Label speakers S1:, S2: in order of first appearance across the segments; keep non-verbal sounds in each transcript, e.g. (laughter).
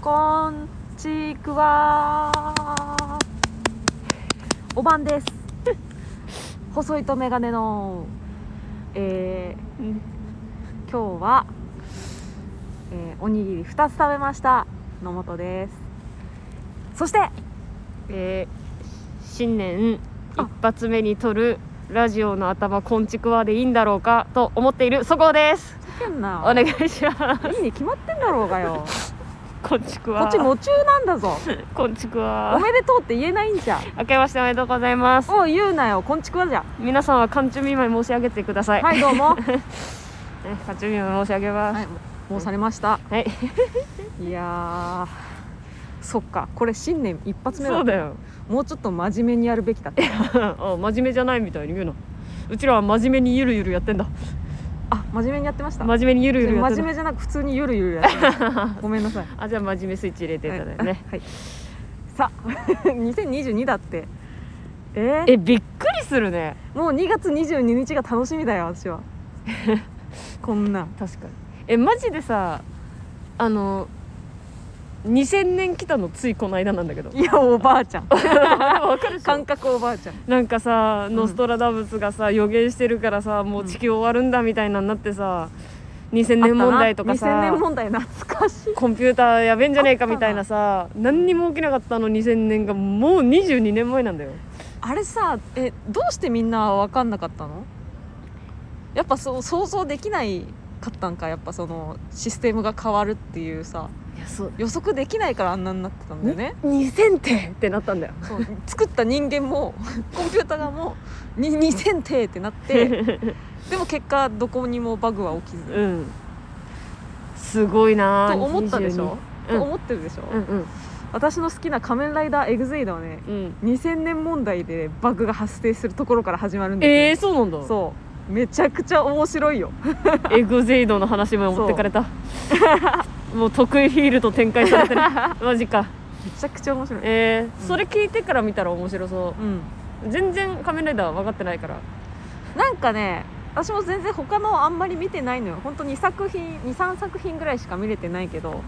S1: こんちくわおばんです細いとメガネのえー、今日は、えーおにぎり2つ食べました野本ですそして
S2: えー新年
S1: あ
S2: 一発目に撮るラジオの頭こんちくわでいいんだろうかと思っているそこです
S1: けんな
S2: お願いします
S1: いいに決まってんだろうがよ
S2: こんちく
S1: こ
S2: わ
S1: っち夢中なんだぞ
S2: こんちく
S1: お
S2: わ
S1: めでとうって言えないん (laughs) じゃん
S2: 明けましておめでとうございます
S1: おう言うなよこんちくわじゃ
S2: 皆さんは寒中見舞い申し上げてください
S1: はいどうも
S2: ね寒中見舞い申し上げま
S1: はい
S2: す
S1: もうされました
S2: はい、
S1: (laughs) いやーそっかこれ新年一発目だ
S2: そうだよ
S1: もうちょっと真面目にやるべきだった
S2: (laughs) あ真面目じゃないみたいに言うなうちらは真面目にゆるゆるやってんだ
S1: あ真面目にやってました
S2: 真面目にゆるゆるやって
S1: 真面
S2: んだ
S1: 目じゃなく普通にゆるゆるやってましたごめんな
S2: (laughs)
S1: さい
S2: あじゃあ真面目スイッチ入れていただいてね、
S1: はい、さ (laughs) あ2022だってえー
S2: えびっくりするね
S1: もう2月22日が楽しみだよ私
S2: (laughs)
S1: はこんなん
S2: 確かにえマジでさあの2000年来たのついこの間なんだけど
S1: いやおばあちゃん
S2: (laughs) わかるでし
S1: 感
S2: ょ
S1: 覚おばあちゃん
S2: なんかさノストラダムスがさ予言してるからさもう地球終わるんだみたいなんなってさ2000年問題とか
S1: あったな2000
S2: さ
S1: 年問題懐かしい
S2: コンピューターやべんじゃねえかみたいなさ何にも起きなかったあの2000年がもう22年前なんだよ
S1: あれさえどうしてみんな分かんなかったのやっぱそう想像できないかったんかやっぱそのシステムが変わるっていうさ
S2: いやそう
S1: 予測できないからあんなになってたんだよね
S2: 2000ってってなったんだよ
S1: そう作った人間も (laughs) コンピューターがもうに2000てってな
S2: (laughs)
S1: ってでも結果どこにもバグは起きず
S2: うんすごいな
S1: と
S2: あ
S1: 思ったでしょ、
S2: 22
S1: と思ってるでしょ、
S2: うんうん
S1: 私の好きな「仮面ライダーエグゼイド」はね
S2: うん
S1: 2000年問題でバグが発生するところから始まるんですよ
S2: えー、そうなんだ
S1: そうめちゃくちゃ面白いよ
S2: エグゼイドの話も持ってかれたもう得意フィールド展開 (laughs) されてるマジか
S1: めちゃくちゃ面白い
S2: えー
S1: うん
S2: それ聞いてから見たら面白そ
S1: うん
S2: う全然仮面ライダー分かってないから
S1: なんかね私も全然他のあんまり見てないのよ本当2作品23作品ぐらいしか見れてないけど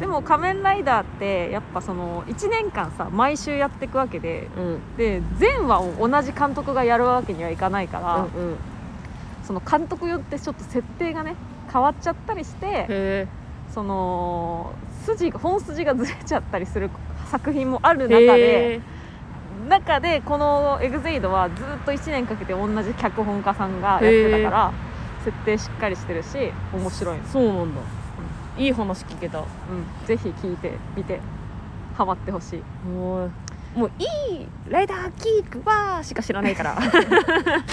S1: でも「仮面ライダー」ってやっぱその1年間さ毎週やっていくわけで
S2: うんうん
S1: で全話を同じ監督がやるわけにはいかないから、
S2: うん
S1: その監督よってちょっと設定がね変わっちゃったりして
S2: へ
S1: その筋本筋がずれちゃったりする作品もある
S2: え
S1: 中
S2: へ
S1: で
S2: え
S1: 中でこの「エグゼイドはずっと1年かけて同じ脚本家さんがやってたから設定しっかりしてるし面白いの、
S2: そうなんだいい話聞けた
S1: うん、ぜひ聞いてみてハマってほしい
S2: もうもういいライダーキークバーしか知らないから (laughs)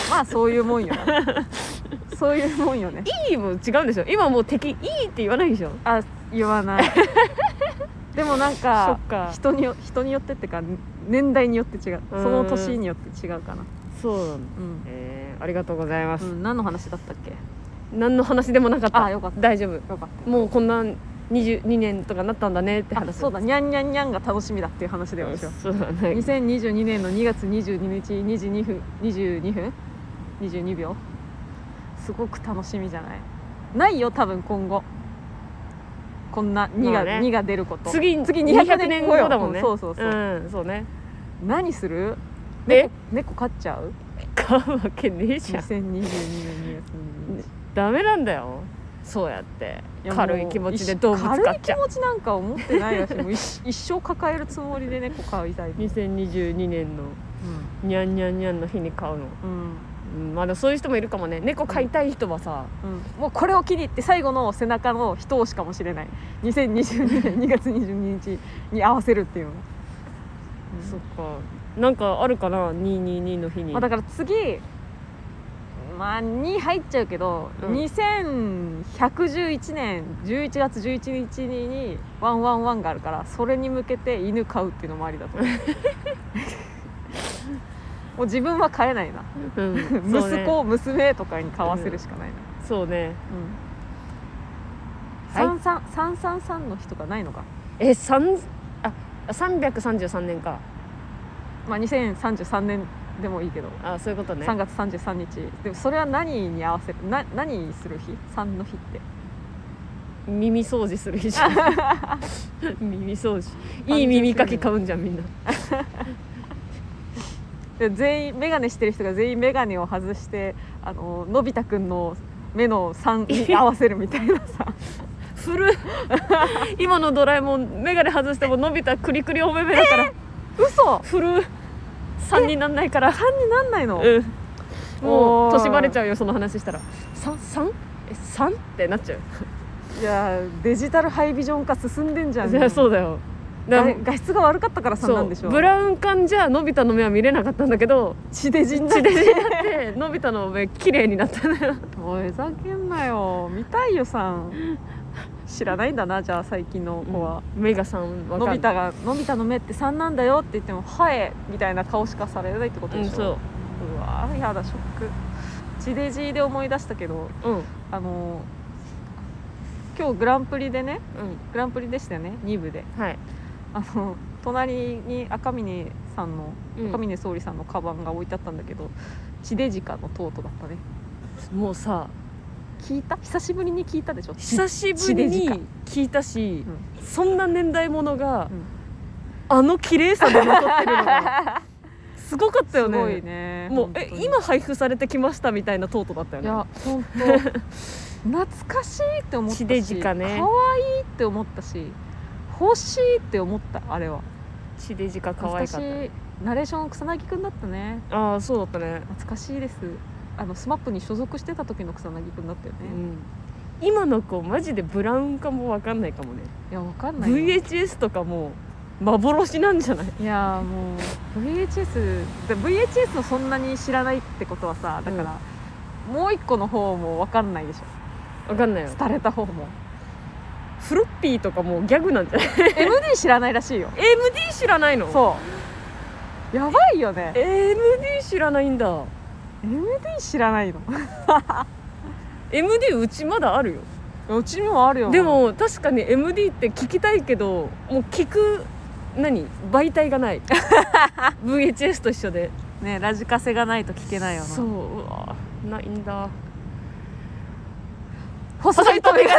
S1: まあそういうもんよ (laughs) なそういうもんよね
S2: いいも違うんでしょ今もう敵いいって言わないでしょ
S1: あ言わ (laughs) ないでもなん
S2: そ
S1: か
S2: っか
S1: 人によ人によってってか年代によって違う
S2: うん
S1: その年によって違うかな
S2: そうなんだ
S1: うん、
S2: えー、ありがとうございます、
S1: うん、何の話だったっけ
S2: 何の話でもなかった
S1: あよかった
S2: 大丈夫
S1: よかった
S2: もうこんな22年とかなったんだねって
S1: あ
S2: 話
S1: そうだにゃんにゃんにゃんが楽しみだっていう話だよ私は
S2: そうだね
S1: 2022年の2月22日22分22分22秒すごく楽しみじゃないないよ多分今後こんな2
S2: ま
S1: が,、
S2: あね
S1: 2が出ること
S2: 次
S1: 次
S2: 次
S1: 200
S2: 200
S1: 年
S2: 年
S1: 後
S2: 後
S1: よ
S2: だもんね
S1: うんそうそうそうん
S2: そうね
S1: 何する
S2: え
S1: 猫猫飼っちゃう
S2: 買うわけねえじゃん
S1: 2022年2月22日
S2: ダメなんだよそうやって
S1: いや
S2: 軽
S1: も
S2: いう気持ちで動物買っちゃう
S1: 軽い気持ちなんか思ってないよしもう一一生抱えるつもりで猫飼いたい、うん
S2: 2022年のニャンニャンニャンの日に買うの、
S1: うん
S2: うん、まだそういう人もいるかもね猫飼いたい人はさ、
S1: うん、もうこれを機に入って最後の背中の一押しかもしれない2022年2月22日に合わせるっていうの、
S2: そっかなんかあるかな222の日に、
S1: まあ、だから次まあ2入っちゃうけど、
S2: うん
S1: 2111年11月11日に111があるからそれに向けて犬飼うっていうのもありだと思
S2: (laughs)
S1: うもう自分は飼えないな
S2: うん、そ
S1: (laughs)
S2: う
S1: 息
S2: ね
S1: 子を娘とかに買わせるしかないな、
S2: そうね
S1: うん
S2: は
S1: 三
S2: い
S1: 三三三三の日とかないのか
S2: え三あ333年か
S1: まあ2033年でもいいけど、
S2: あそういうことね
S1: 3月33日でもそれは何に合わせるな何する日3の日って
S2: 耳掃除する
S1: (laughs)
S2: 日じゃん耳掃除いい耳かき買うんじゃんみんな
S1: で全員眼鏡してる人が全員眼鏡を外してあののび太くんの目の3に合わせるみたいな
S2: (laughs)
S1: さ
S2: 古い (laughs) 今のドラえもん眼鏡外しても伸びたクリクリお目目だから
S1: 嘘
S2: 古い3になんないから
S1: 3になんないの、
S2: うんも
S1: お
S2: う
S1: ー
S2: 年バレちゃうよその話したら三三え三ってなっちゃう
S1: いやデジタルハイビジョン化進んでんじゃん
S2: じゃあそうだよだ
S1: が画質が悪かったから3
S2: そ
S1: な
S2: うん
S1: でしょ
S2: ブラウン管じゃのび太の目は見れなかったんだ
S1: (laughs)
S2: けど
S1: 地デジにな
S2: 地
S1: って
S2: デジになってのび太の目綺麗になったのよ
S1: おいふざけんなよ見たいよさん知らないんだなじゃあ最近の子は、
S2: 目が三わかん
S1: の
S2: な
S1: び
S2: い
S1: 太が「のび太の目って3なんだよ」って言っても「はい」みたいな顔しかされないってこと
S2: う
S1: で
S2: ん
S1: しょ、
S2: そう
S1: わーやだショック地デジで思い出したけど
S2: ううんうん
S1: あのー今日グランプリでねグランプリでしたよね2部で
S2: はい
S1: あの隣に赤嶺さんの
S2: うん
S1: 赤嶺総理さんのカバンが置いてあったんだけど地デジカのトートだったね
S2: もうさ
S1: 聞いた久しぶりに聞いたでしょ
S2: 久しぶりに聞いたし、そんな年代ものが、
S1: うん
S2: あの綺麗さで残ってるのが
S1: (laughs)
S2: すごかったよ
S1: す
S2: ね
S1: ごいね
S2: もう
S1: 本当
S2: え
S1: に
S2: 今配布されてきましたみたいなトートだったよ
S1: い
S2: ね
S1: や本当
S2: (laughs)
S1: 懐かしいって思ったし
S2: 地デジカね
S1: 可愛いって思ったし欲しいって思ったあれは
S2: 地デジカ可
S1: 懐
S2: 愛
S1: か
S2: か
S1: し
S2: ったね
S1: いナレーション草薙くんだったね
S2: ああそうだったね、
S1: 懐かしいですあのスマップに所属してた時の草薙くんだったよね
S2: う、ん、今の子マジでブラウン化も分かんないかもね
S1: いやわかんないよ
S2: VHS とかもう幻なんじゃない
S1: いやーもう VHS で VHS をそんなに知らないってことはさだから、もう一個の方もわかんないでしょ
S2: 分かんないよ
S1: 廃れた方も
S2: フロッピーとかもうギャグなんじゃない
S1: MD 知らないらしいよ
S2: AMD 知らないの
S1: そうやばいよね
S2: AMD 知らないんだ
S1: MD 知らないの
S2: MD うちまだあるよ
S1: うちにもあるよ
S2: でも確かに MD って聞きたいけどもう聞く何媒体がない
S1: (laughs)
S2: VHS と一緒で
S1: ねラジカセがないと聞けないよな
S2: そううわないんだ
S1: (laughs) 細いとメガ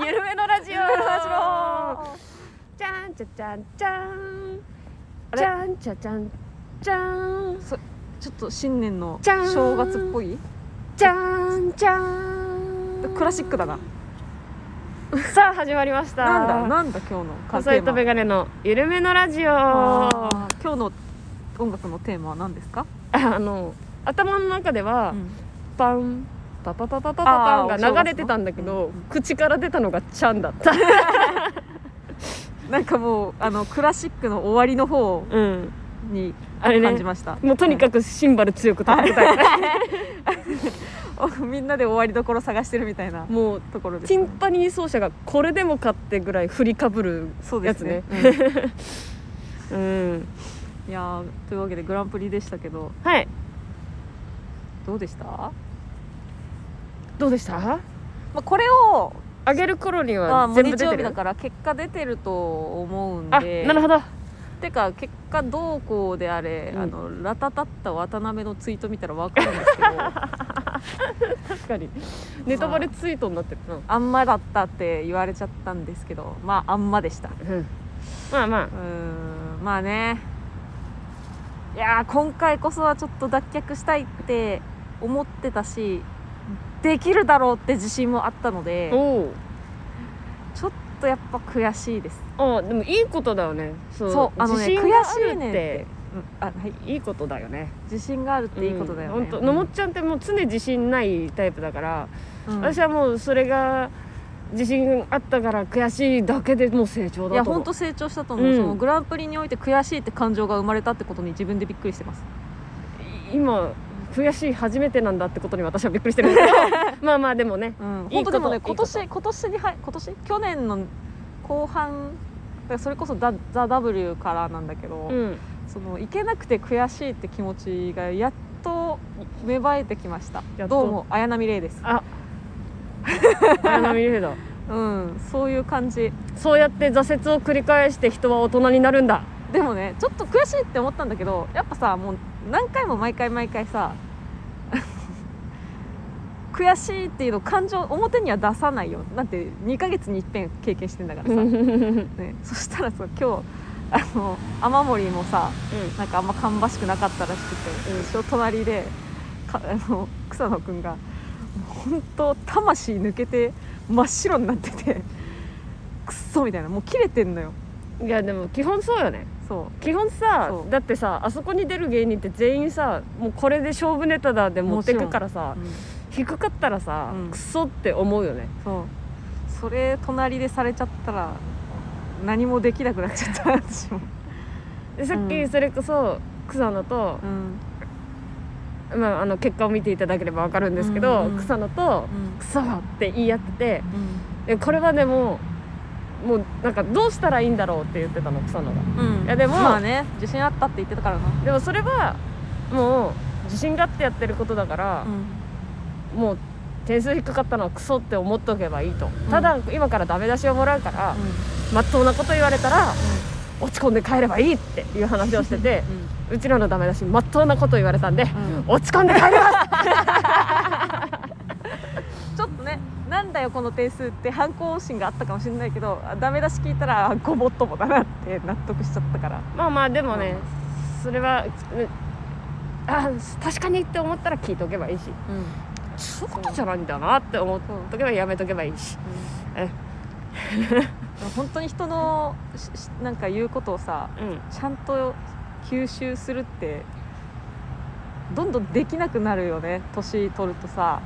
S1: ネ
S2: ゆるめのラジオ
S1: ラ
S2: じゃんじゃじゃんじゃん
S1: あれ
S2: じゃんじゃじゃんじゃん
S1: ちょっと新年の
S2: じゃーん
S1: 正月っぽい
S2: じゃんじゃん
S1: クラシックだな
S2: (laughs) さあ始まりました
S1: なんだなんだ今日の
S2: 細いとメ
S1: ガ
S2: ガネのゆるめのラジオ
S1: 今
S2: (laughs) あ
S1: 日の音楽のテーマは何ですか、
S2: の頭の中では、パンパパパパパパ
S1: あ
S2: パ
S1: ー
S2: ンが流れてたんだけ
S1: お
S2: ど
S1: 正月のうん
S2: 口から出たのがちゃんだった、
S1: なんかもうあのクラシックの終わりの方
S2: うん、
S1: に
S2: あれ
S1: 感
S2: ね
S1: じました、
S2: もうとにかくシンバル強く叩きたい、
S1: はい (laughs) みんなで終わりどころ探してるみたいな
S2: もう
S1: ところです
S2: ティンパニー奏者がこれでもかってぐらい振りかぶる
S1: そうで
S2: や
S1: す
S2: つ
S1: ね
S2: ね、
S1: うん
S2: うん
S1: いやーというわけでグランプリでしたけど
S2: はい
S1: どうでした、ま
S2: どうでした
S1: あ、これを
S2: あげる頃に
S1: まあ、
S2: は
S1: もう
S2: 全部
S1: 日
S2: 出
S1: 曜
S2: て
S1: 日
S2: る
S1: だから結果出てると思うん
S2: あ
S1: で
S2: なるほど
S1: てか結果どうこうであれ、
S2: うん
S1: あのラタタッタ渡辺のツイート見たら分かるん
S2: (laughs)
S1: ですけど
S2: 確かにネタバレツイートになってるな、
S1: あんまだったって言われちゃったんですけどまああんまでしたう
S2: うん、まあま
S1: ーんまあねいやー今回こそはちょっと脱却したいって思ってたしできるだろうって自信もあったので
S2: あお
S1: ちょっとやっぱ悔しいです
S2: おあでもいいことだよねそう
S1: そうあのね
S2: 自信がある
S1: 悔しいねんって、うん、あはい
S2: いいことだよね
S1: 自信があるっていいことだよ
S2: う
S1: ね
S2: ん、本当のもっちゃんってもう常自信ないタイプだから、
S1: うん
S2: 私はもうそれが自信あったから悔しいだけでもう成長
S1: い
S2: だ
S1: や
S2: と思う
S1: 本当成長したと思う、
S2: うん
S1: そのグランプリにおいて悔しいって感情が生まれたってことに自分でびっくりしてます
S2: 今悔しい初めてなんだってことに私はびっく
S1: (laughs)
S2: りしてるんだけどまあまあでもね
S1: うん
S2: い
S1: 本当
S2: いこと
S1: でもね
S2: いいこ
S1: 今
S2: と
S1: 年今年に入今年去年の後半だからそれこそザ「ザ・ w からなんだけど、
S2: うん
S1: その行けなくて悔しいって気持ちがやっと芽生えてきました
S2: やっと
S1: どうも綾波レイです
S2: あ綾波レイだ
S1: うんそういう感じ
S2: そうやって挫折を繰り返して人は大人になるんだ
S1: でもねちょっと悔しいって思ったんだけどやっぱさもう何回も毎回毎回さ (laughs) 悔しいっていうのを感情表には出さないよなんて2ヶ月に一遍経験してんだからさ、ね、そしたらさ今日あの雨漏りもさなんかあんま芳しくなかったらしくて、
S2: うん
S1: 一緒隣でかあの草野くんが本当魂抜けて真っ白になっててくっそみたいなもう切れてんのよ
S2: (laughs) いやでも基本そうよね
S1: そ
S2: 基本さ
S1: そう
S2: だってさあそこに出る芸人って全員さもうこれで勝負ネタだで持ってくからさ
S1: う、うん
S2: 低かったらさ、
S1: うん
S2: クソって思うよね
S1: そうそれ隣でされちゃったら何もできなくなっちゃった私も、
S2: でさっ
S1: う
S2: き
S1: ん
S2: それこそ草野と、
S1: うん
S2: まあ、あの結果を見ていただければ分かるんですけど、
S1: うんうん
S2: 草野と「クソ!」って言い合ってて
S1: う
S2: でこれはでももうなんかどうしたらいいんだろうって言ってたの草野が
S1: んうん
S2: いやでも
S1: まあね自信あったって言ってたからな、
S2: でもそれはもう自信があってやってることだから、もう点数低かったのはクソって思っとけばいいと、ただ今からダメ出しをもらうから、まっとうなこと言われたら落ち込んで帰ればいいっていう話をし
S1: (laughs)
S2: ててうちらのダメ出しまっとうなこと言われたんで、
S1: ん
S2: 落ち込んで帰れば
S1: ちょっとねなんだよこの点数って反抗心があったかもしれないけどあダメ出し聞いたらあごもっともだなって納得しちゃったから
S2: まあまあでもね、それは、うんあ確かにって思ったら聞いとけばいいし
S1: うん
S2: そういうことじゃないんだなって思っとけばやめとけばいいしえ
S1: (laughs) 本当に人のししなんか言うことをさ
S2: うん
S1: ちゃんと吸収するってどんどんできなくなるよね年取るとさ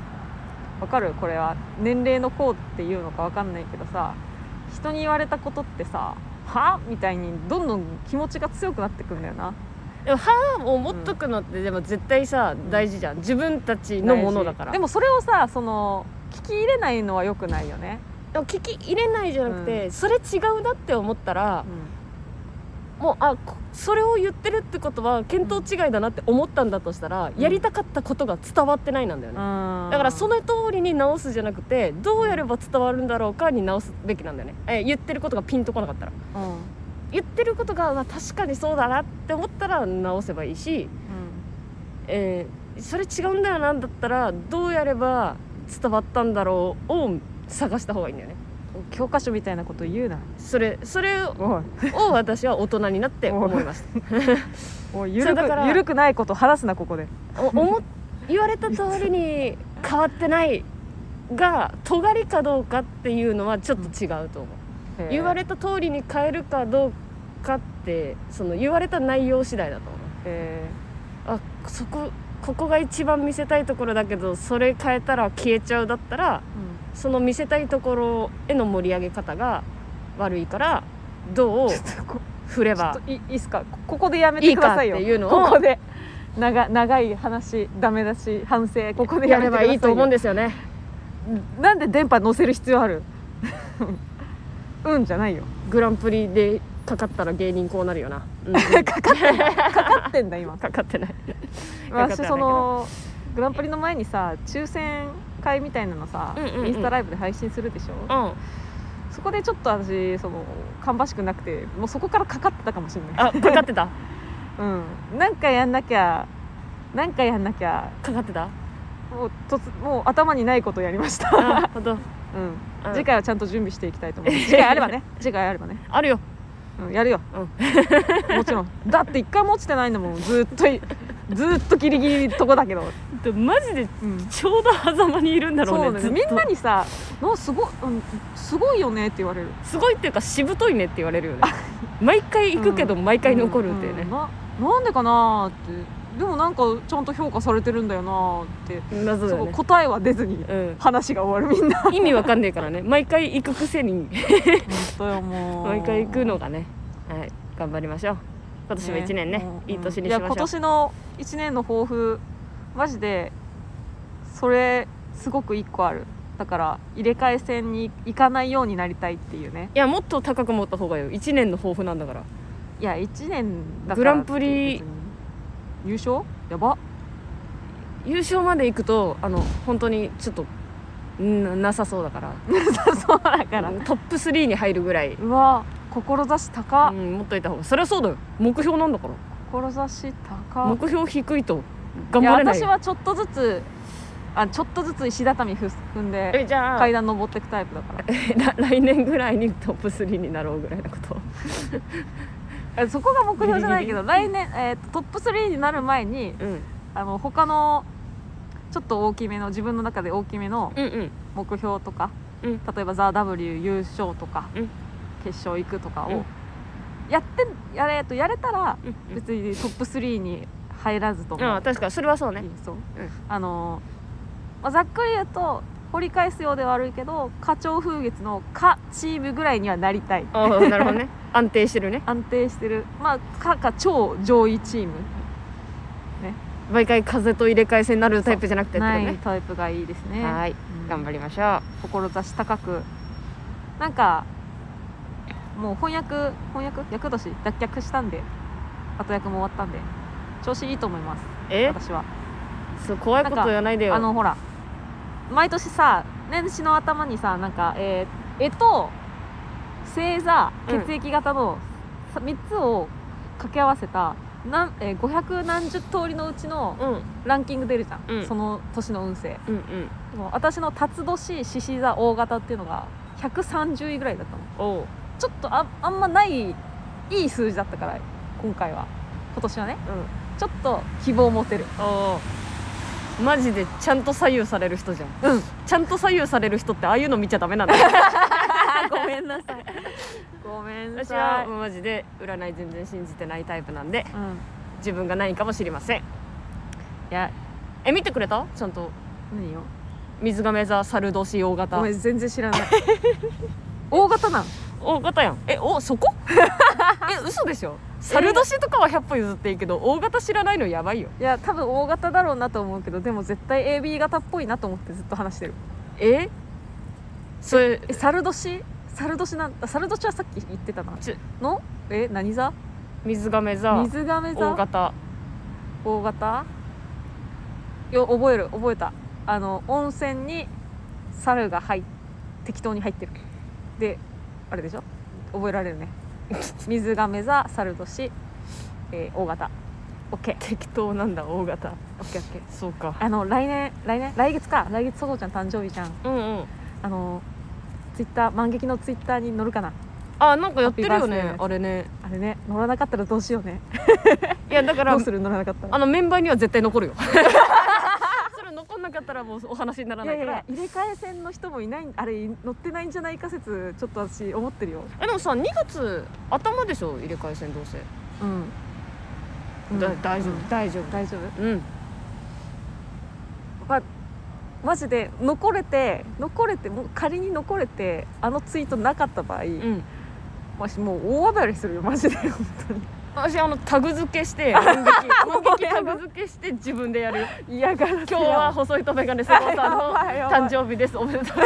S1: わかるこれは年齢のこうっていうのかわかんないけどさ人に言われたことってさはみたいにどんどん気持ちが強くなってくんだよな
S2: でも歯を持っとくのってでも絶対さ大事じゃん自分たちのものだから
S1: でもそれをさその聞き入れないのは良くないよね、
S2: でも聞き入れないじゃなくて、それ違うなって思ったらもうあこそれを言ってるってことは見当違いだなって思ったんだとした
S1: う
S2: ら、
S1: ん
S2: やりたかったことが伝わってないなんだよね、
S1: だ
S2: だからその通りに直すじゃなくてどうやれば伝わるんだろうかに直すべきなんだよねえ言ってることがピンとこなかったら
S1: うん、うん
S2: 言ってることが、まあ、確かにそうだなって思ったら直せばいいし、えーそれ違うんだよなんだったらどうやれば伝わったんだろうを探した方がいいんだよね
S1: 教科書みたいなこと言うな
S2: それそれを
S1: おい
S2: 私は大人になって思いました
S1: おい
S2: そ
S1: 緩
S2: うだから
S1: く緩くないこと話すなここで
S2: お思っ言われた通りに変わってないが尖りかどうかっていうのはちょっと違うと思う、言われた通りに変えるかどうかってその言われた内容次第だと思
S1: え
S2: うあそこここが一番見せたいところだけどそれ変えたら消えちゃうだったら
S1: ー
S2: その見せたいところへの盛り上げ方が悪いからどう
S1: ちょっとこ
S2: 振れ
S1: ちょっ
S2: ば
S1: といいいっすかこここでやめてくださいよ
S2: いいかっていうのを
S1: ここで長長い話ダメだし反省ここでやめてくだ
S2: やれば
S1: さいよ
S2: いいと思うんですよね
S1: なんで電波乗せる必要ある (laughs) うんじゃないよ
S2: グランプリでかかったら芸人こうなるよな、 (laughs) うん
S1: かかってんだ今
S2: かかってないかかって
S1: 私
S2: はないけど
S1: そのグランプリの前にさ抽選会みたいなのさ、
S2: うんうんうん
S1: インスタライブで配信するでしょ
S2: うん
S1: そこでちょっと私その芳しくなくてもうそこからかかってたかもしれない
S2: あかかってた
S1: うん、なんかやんなきゃなんかやんなきゃ
S2: かかって (laughs) た
S1: もうとつもう頭にないことやりました、
S2: あほんと
S1: うん、
S2: うん
S1: 次回はちゃんと準備していきたいと思いま
S2: (laughs)
S1: す次回あればね次回あればね、
S2: あるよ
S1: うん、やるよ、もちろんだって一回も落ちてないんだもんずっといずっとギリギリとこだけど、
S2: でマジで
S1: うん、
S2: ちょうど狭間にいるんだ
S1: そ
S2: ろ
S1: う
S2: う
S1: ね
S2: ね
S1: みんな
S2: に
S1: にさ「のすご,、うん、すごいよね」って言われる
S2: すごいっていうかしぶといねって言われるよね毎回行くけど毎回残るっていうね
S1: ん、ななんでかなーってでもなんかちゃんと評価されてるんだよなーって、
S2: 謎だ
S1: そ
S2: よ
S1: う
S2: ね
S1: 答えは出ずに
S2: うん
S1: 話が終わるみんな
S2: 意味わかんねえからね毎回行くくせに
S1: 本当よもう
S2: 毎回行くのがねはい頑張りましょう今年も一年ね
S1: もう
S2: いい年
S1: うん
S2: にし
S1: や
S2: ま
S1: 今
S2: しょう
S1: 年の1年の抱負マジでそれすごく1個あるだから入れ替え戦に行かないようになりたいっていうね
S2: いやもっと高く持った方がいいよ1年の抱負なんだから
S1: いや1年だから
S2: グランプリ
S1: 別に優勝や
S2: (laughs)
S1: ば
S2: 優勝まで行くとあの本当にちょっとんなさそうだから
S1: そうだから
S2: トップ3に入るぐらい、
S1: うわ志高
S2: う
S1: っ
S2: ん、持っといた方がそれはそうだよ目標なんだから
S1: 志高っ
S2: 目標低いと
S1: い
S2: 頑
S1: や
S2: 張れない
S1: 私
S2: よ
S1: はちょっとずつあちょっとずつ石畳ふ踏んで
S2: えじゃあ
S1: 階段登っていくタイプだから
S2: ら来年ぐらいにトップ3になろうぐらいのこと
S1: えそこが目標じゃないけど
S2: ギリギ
S1: 来年、えーとトップ3になる前に
S2: うん
S1: あの他のちょっと大きめの自分の中で大きめの
S2: うんうん
S1: 目標とか、
S2: うん
S1: 例えば「ザ・ w 優勝とか、
S2: うん
S1: 決勝行くとか
S2: うん
S1: をやってやれとやれたら
S2: うん
S1: 別にトップ3に入らずと
S2: うん
S1: も
S2: ああ確かにそれはそうね
S1: いいそう、
S2: うん
S1: あの、まあ、ざっくり言うと掘り返すようでは悪いけど花鳥風月の「か」チームぐらいにはなりたい
S2: ああなるほ (laughs) どね安定してるね
S1: 安定してるまあ「か」か超上位チーム
S2: 毎回風と入れ替え戦になるタイプじゃなくてってこ
S1: な
S2: と
S1: い
S2: ね
S1: タイプがいいですね
S2: はーい
S1: うん
S2: 頑張りましょ
S1: 志高くなんかもう翻訳翻訳厄年脱却したんで後役も終わったんで調子いいと思います
S2: うえ
S1: 私は
S2: そう怖いこと言わないでよ
S1: あのほら毎年さ年始の頭にさなんかえー、絵と星座
S2: うん
S1: 血液型の3つを掛け合わせたなん、えー、500何十通りのうちの
S2: うんうん
S1: ランキング出るじゃん、
S2: うん
S1: その年の運勢
S2: うん
S1: でも私の辰年獅子座大型っていうのが130位ぐらいだったの
S2: おう
S1: ちょっとああんまないいい数字だったから今回は今年はね
S2: うん
S1: ちょっと希望持てる
S2: おうマジでちゃんと左右される人じゃん、
S1: うん
S2: ちゃんと左右される人ってああいうの見ちゃダメなんだよ (laughs) ごめんなさい
S1: ごめん
S2: 私はマジで占い全然信じてないタイプなんで
S1: うん
S2: 自分が何かも知りません
S1: いや
S2: え見てくれたちゃんと
S1: 何よ
S2: 水亀座猿年大
S1: ご
S2: 型
S1: めん全然知らない (laughs) 大型なん
S2: 大型やんえおそ
S1: (laughs)
S2: こえ嘘でしょ猿年とかは100歩譲っていいけど大型知らないのやばいよ
S1: いや多分大型だろうなと思うけどでも絶対 AB 型っぽいなと思ってずっと話してる
S2: えそれ
S1: え猿年猿年なんあ猿年はさっき言ってたな
S2: ち
S1: のえ何座
S2: 水亀座
S1: 水亀座
S2: 大型
S1: 大型よ覚える覚えたあの温泉に猿が入っ適当に入ってるであれでしょ覚えられ
S2: (laughs)
S1: るね水亀座猿年、えー、大型 OKOKOK
S2: 適当なんだ大型そうか
S1: あの来年来年来月か来月そごちゃん誕生日じゃん
S2: うんうん
S1: あのツイッター万劇のツイッターに載るかな
S2: あなんかやってるよ
S1: ハッピーバースデー
S2: ね
S1: です
S2: あれね
S1: あれね載らなかったらどうしようね
S2: いやだか
S1: ど
S2: ら
S1: うする載らなかった
S2: あ
S1: ら
S2: のメンバーには絶対残るよ (laughs) それ残んなかったらもうお話になら
S1: い
S2: な
S1: や
S2: い
S1: い
S2: か
S1: やい
S2: ら
S1: や入れ替え戦の人もいないあれ載ってないんじゃないか説ちょっと私思ってるよ
S2: えでもさ2月頭でしょ入れ替え戦どうせ、
S1: うん
S2: だ
S1: うん
S2: 大丈夫、
S1: うん
S2: 大丈夫
S1: 大丈夫
S2: うん
S1: マジで残れて残れてもう仮に残れてあのツイートなかった場合、
S2: うん
S1: 私もう大暴れするよマジで本当に
S2: 私あのタグ付けして万劇万劇タグ付けして自分でやる (laughs) よ
S1: 嫌がらせ
S2: 今日は細いとメガネ
S1: (laughs) や
S2: サ
S1: ば
S2: ボ
S1: い
S2: さんの
S1: やばい
S2: (laughs) 誕生日ですおめでとう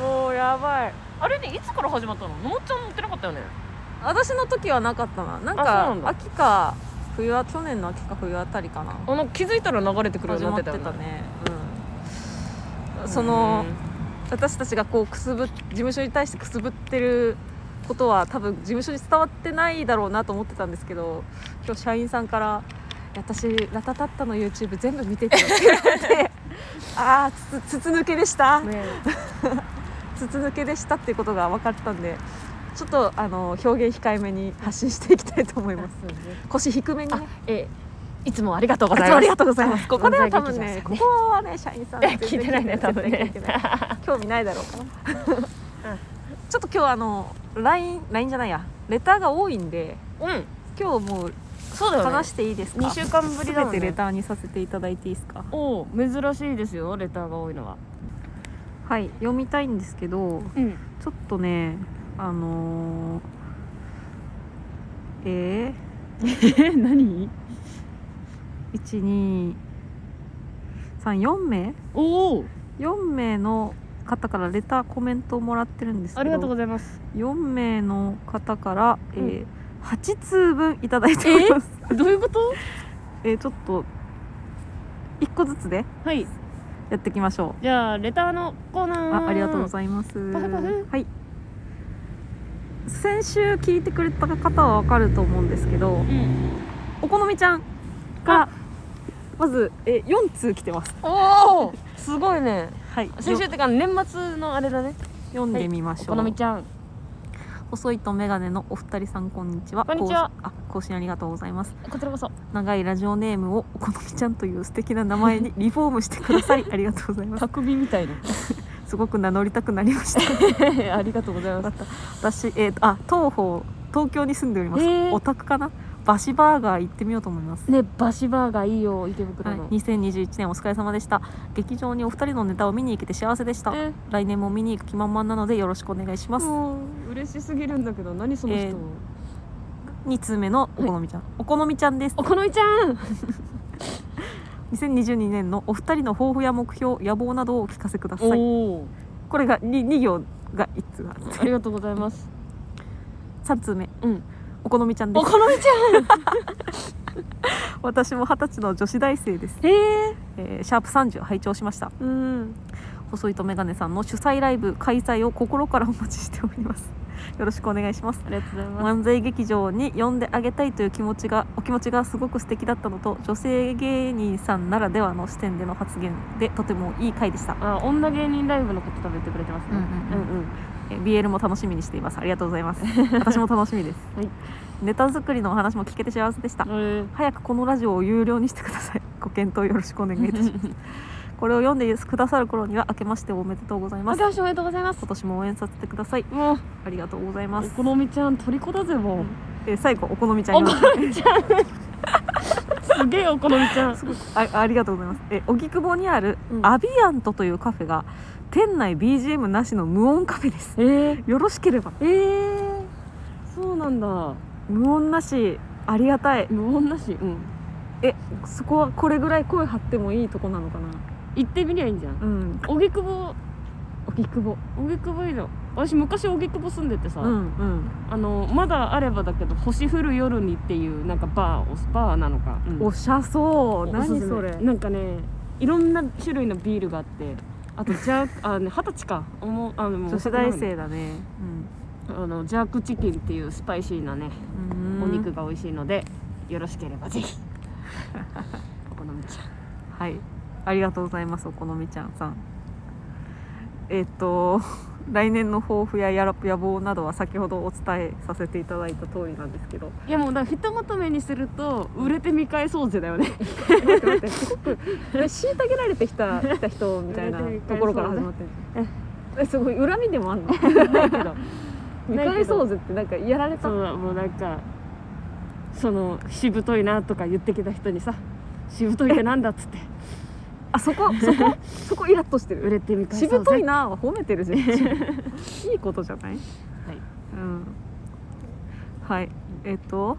S1: もうやばい
S2: (laughs) あれねいつから始まったののもっちゃん乗ってなかったよね
S1: 私の時はなかったななん
S2: あそうな
S1: か
S2: んだ
S1: 秋か冬は去年の秋か冬あたりかな
S2: あの気づいたら流れてくるよう
S1: 始
S2: にな
S1: ま
S2: っ
S1: ってて
S2: たよね
S1: たねうんその私たちがこうくすぶっ事務所に対してくすぶってることは多分事務所に伝わってないだろうなと思ってたんですけど今日社員さんから「いや私ラタタッタの YouTube 全部見てて」って言われて「 (laughs) ああつつつ抜けでした
S2: うんね
S1: つつ抜けでした」っていうことが分かったんでちょっとあの表現控えめに発信していきたいと思います (laughs) 腰低めにね
S2: えいつもありがとうご
S1: いつ
S2: ざい
S1: も
S2: ます
S1: ありがとうございますここでは多分
S2: 漫才
S1: ね
S2: 劇
S1: こ
S2: 場
S1: こはね社員さん
S2: え聞いてないね
S1: 絶対 (laughs) 聞いてない絶
S2: 多分ね
S1: 対聞いてない興味ないだろうか (laughs) な、
S2: うん
S1: ちょっと今日あの LINE LINE じゃないやレターが多いんで
S2: さんね
S1: 今日もう
S2: うんそうだよね
S1: 話していいですか、
S2: 二週間ぶりだもんね
S1: 全てレターにさせていただいていいですか
S2: おお珍しいですよレターが多いのは
S1: はい読みたいんですけど
S2: うん
S1: ちょっとねあのーえ
S2: え
S1: ー、
S2: 何
S1: 123,4名
S2: おお
S1: ?4 名の方からレターコメントをもらってるんですけど
S2: ありがとうございます
S1: 4名の方から、え
S2: うん
S1: ー8通分いただいております、
S2: どういうこと
S1: えーちょっと1個ずつで
S2: はい
S1: やっていきましょ
S2: じゃあレターのコー
S1: う
S2: ナー
S1: あありがとうご
S2: い
S1: ざいます
S2: パフパフ
S1: はい先週聞いてくれた方はわかると思うんですけど
S2: ます、うん、
S1: お好みちゃんがまずえ4通来てます
S2: おおすごいね
S1: はい
S2: 先週っ
S1: よ
S2: てか年末のあれだね
S1: 読んでみましょ
S2: お
S1: う、
S2: 好みちゃん
S1: 細いとメガネのお二人さんこんにちは
S2: こんにちは
S1: 更新あ更新ありがとうございます
S2: こちらこそ
S1: 長いラジオネームをお好みちゃんという素敵な名前にリフォームしてくだ
S2: (laughs)
S1: さりありがとうございます
S2: 匠みたいな
S1: すごく名乗りたくなりました
S2: (laughs) ありがとうございます
S1: 私、えーと、あ東方東京に住んでおります、
S2: へー
S1: オタクかなバシバーガー行ってみようと思います、
S2: ねバシバーガーいいよ池
S1: は
S2: 袋
S1: い、
S2: の、
S1: 2021年お疲れ様でした劇場にお二人のネタを見に行けて幸せでした
S2: え
S1: 来年も見に行く気満々なのでよろしくお願いします
S2: もう嬉しすぎるんだけど何その人、
S1: えー2通目のお好みちゃん、お好みちゃんです
S2: お好みちゃん
S1: 2022年のお二人の抱負や目標野望などをお聞かせください
S2: おお
S1: これが 2, 2行が1通あって
S2: ありがとうございます
S1: 3通目
S2: うん
S1: お好みちゃんで
S2: お
S1: す
S2: 好みちゃ
S1: 私も二十歳の女子大生です、
S2: んへえ
S1: えーシャープ30拝聴しました
S2: うん
S1: 細いとメガネさんの主催ライブ開催を心からお待ちしております (laughs) よろしくお願いします
S2: ありがとうございます
S1: 漫才劇場に呼んであげたいという気持ちがお気持ちがすごく素敵だったのと女性芸人さんならではの視点での発言でとてもいい回でした、
S2: あ女芸人ライブのこと食べてくれてますね
S1: うんうんうんえー BL も楽しみにしていますありがとうございます (laughs) 私も楽しみです、
S2: はい
S1: ネタ作りのお話も聞けて幸せでした、
S2: うんうん
S1: 早くこのラジオを有料にしてくださいご検討よろしくお願いいたしますこれを読んでくださる頃には明けましておめでとうございま
S2: あ
S1: す (laughs)
S2: けましておめでとうございます
S1: 今年も応援させてください
S2: もう
S1: ありがとうございま
S2: お
S1: す、
S2: 好みちゃん虜だぜもう
S1: えー最後お好みちゃん
S2: お
S1: に
S2: 好みちゃんすげえお好みちゃ (laughs) ん
S1: すごくあありがとうございますえー荻窪にある
S2: うん
S1: アビアントというカフェが店内 BGM なしの無音カフェです
S2: えー、
S1: よろしければ
S2: えー、そうなんだ
S1: 無音なしありがたい
S2: 無音なしうん
S1: そこはこれぐらい声張ってもいいとこなのかな
S2: 行ってみりゃいいんじゃん
S1: うん
S2: 荻窪
S1: 荻窪
S2: 荻窪いいの私昔荻窪住んでてさ、
S1: うんうん
S2: あのまだあればだけど「星降る夜に」っていうなんかバーをバーなのか、うん
S1: おしゃそう
S2: おすす
S1: 何
S2: め
S1: それ
S2: なんかねいろんな種類のビールがあってあとジャ (laughs) ークあね二十歳かおもあのもう
S1: 女子大生だねうん
S2: あのジャークチキンっていうスパイシーなね
S1: うん
S2: お肉が美味しいのでよろしければぜひお好みちゃん
S1: はいありがとうございますお好みちゃんさんえっと (laughs) 来年の抱負ややら野望などは先ほどお伝えさせていただいた通りなんですけど
S2: いやもうだからひとまとめにすると売れて見返そうぜだよね
S1: 待って待ってすごく虐げられてきた来た人みたいなところから始まってるえすごい恨みでもあんの
S2: (laughs) (laughs) ないけど
S1: 見返そうぜってなんかやられた
S2: そうだもうなんかそのしぶといなとか言ってきた人にさしぶといってなんだっつって
S1: あそこそこそこイラッとして
S2: 売
S1: る
S2: れてみ返
S1: し
S2: そうぜ
S1: ぶといなは褒めてるじゃんいいことじゃない
S2: はい
S1: うんはいえっと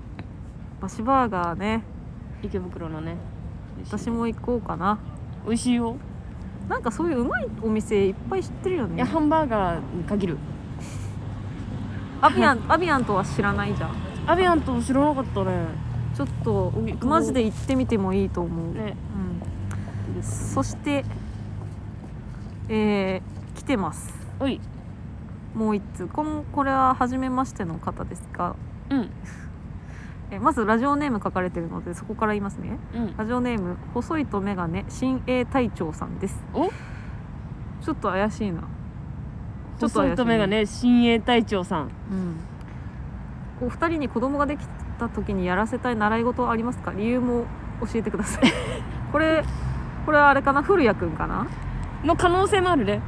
S1: バシバーガーね
S2: 池袋のね
S1: 私も行こうかな
S2: 美味しいよ
S1: なんかそういううまいお店いっぱい知ってるよ
S2: い
S1: ね
S2: やハンバーガーに限る
S1: アビアンアビアンとは知らないじゃん
S2: アビアント知らなかったね
S1: ちょっと
S2: 荻窪
S1: マジで行ってみてもいいと思う、
S2: ね
S1: うん、そしてえー来てます
S2: おい
S1: もう一通こんこれは初めましての方ですが
S2: うん
S1: えまずラジオネーム書かれてるのでそこから言いますね
S2: うん
S1: ラジオネーム細いとメガネ新鋭隊長さんです
S2: お
S1: ちょっと怪しいな
S2: ちょっと
S1: 怪しい
S2: 太めがね新鋭隊長さん
S1: うんお二人に子供ができた時にやらせたい習い事はありますか理由も教えてくだ (laughs) さいこれこれはあれかな古谷くんかな
S2: の可能性もあるね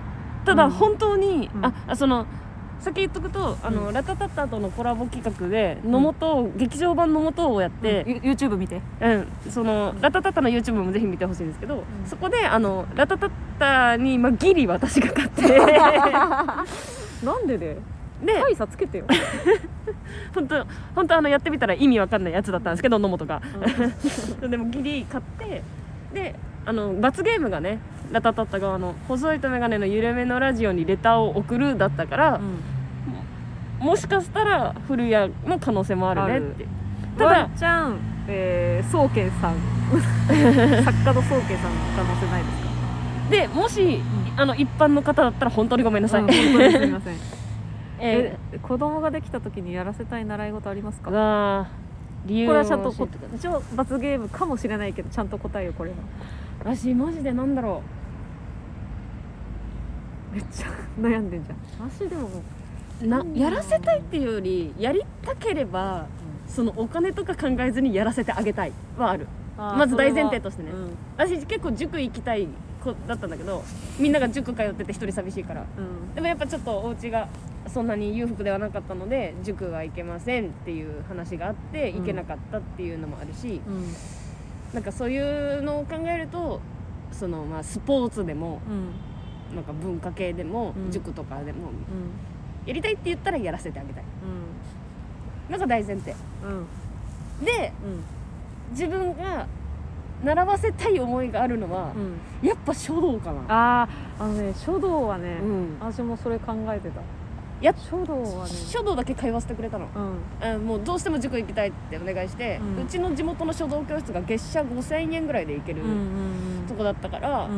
S2: た
S1: う
S2: だ
S1: ん
S2: 本当に、
S1: うん
S2: ああその先言っとくと「あ
S1: う
S2: の
S1: ん
S2: ラタタッタ」とのコラボ企画で「
S1: ん
S2: のもと」劇場版「のもと」をやって、
S1: ユ YouTube 見て
S2: うん、そのラタタッタの YouTube もぜひ見てほしいんですけど、
S1: ん
S2: そこであのラタタッタに、まあ、ギリ私が買
S1: (laughs)
S2: ってで
S1: (laughs) なんでで大差つけてよ、
S2: 本当本当あのやってみたら意味わかんないやつだったんですけど野本が (laughs) でもギリ買ってであの罰ゲームがねラタタッタ側の「細いとメガネのゆるめのラジオにレターを送る」だったから、もしかしたら古谷の可能性もあるねってた
S1: ワ
S2: だ
S1: ンちゃん、えー、宗健 (laughs) さん作家の宗健さんの可能性ないですか
S2: でもしあの一般の方だったら本当にごめんなさい、
S1: うん本当にすみ (laughs) ません
S2: え
S1: え子供ができた時にやらせたい習い事あります
S2: ー
S1: か
S2: が理由
S1: これはちゃんと
S2: を教
S1: こ
S2: えて
S1: 一応罰ゲームかもしれないけどちゃんと答えよこれは
S2: 私マジでなんだろ
S1: めっちゃ悩んでんじゃん私でも
S2: うなやらせたいっていうよりやりたければそのお金とか考えずにやらせてあげたいはある
S1: あー
S2: まず大
S1: それは
S2: 前提としてね
S1: うん
S2: 私結構塾行きたい子だったんだけどみんなが塾通ってて一人寂しいから
S1: うん
S2: でもやっぱちょっとお家がそんなに裕福ではなかったので塾は行けませんっていう話があって
S1: うん
S2: 行けなかったっていうのもあるし、
S1: うん
S2: なんかそういうのを考えるとそのまあスポーツでも
S1: うん
S2: なんか文化系でも
S1: うん
S2: 塾とかでも
S1: うん
S2: やりたいって言ったらやらせてあげたいなんか大前提
S1: うんうん
S2: で自分が習わせたい思いがあるのは
S1: う、ん
S2: やっぱ書道かな、
S1: あああのね書道はね、
S2: うん
S1: 私もそれ考えてた
S2: やっ
S1: 書道はね
S2: 書道だけ通わせてくれたの
S1: うん
S2: あもうどうしても塾行きたいってお願いして、
S1: う
S2: うんちの地元の書道教室が月謝5000円ぐらいで行ける
S1: うんうん
S2: とこだったから、
S1: うん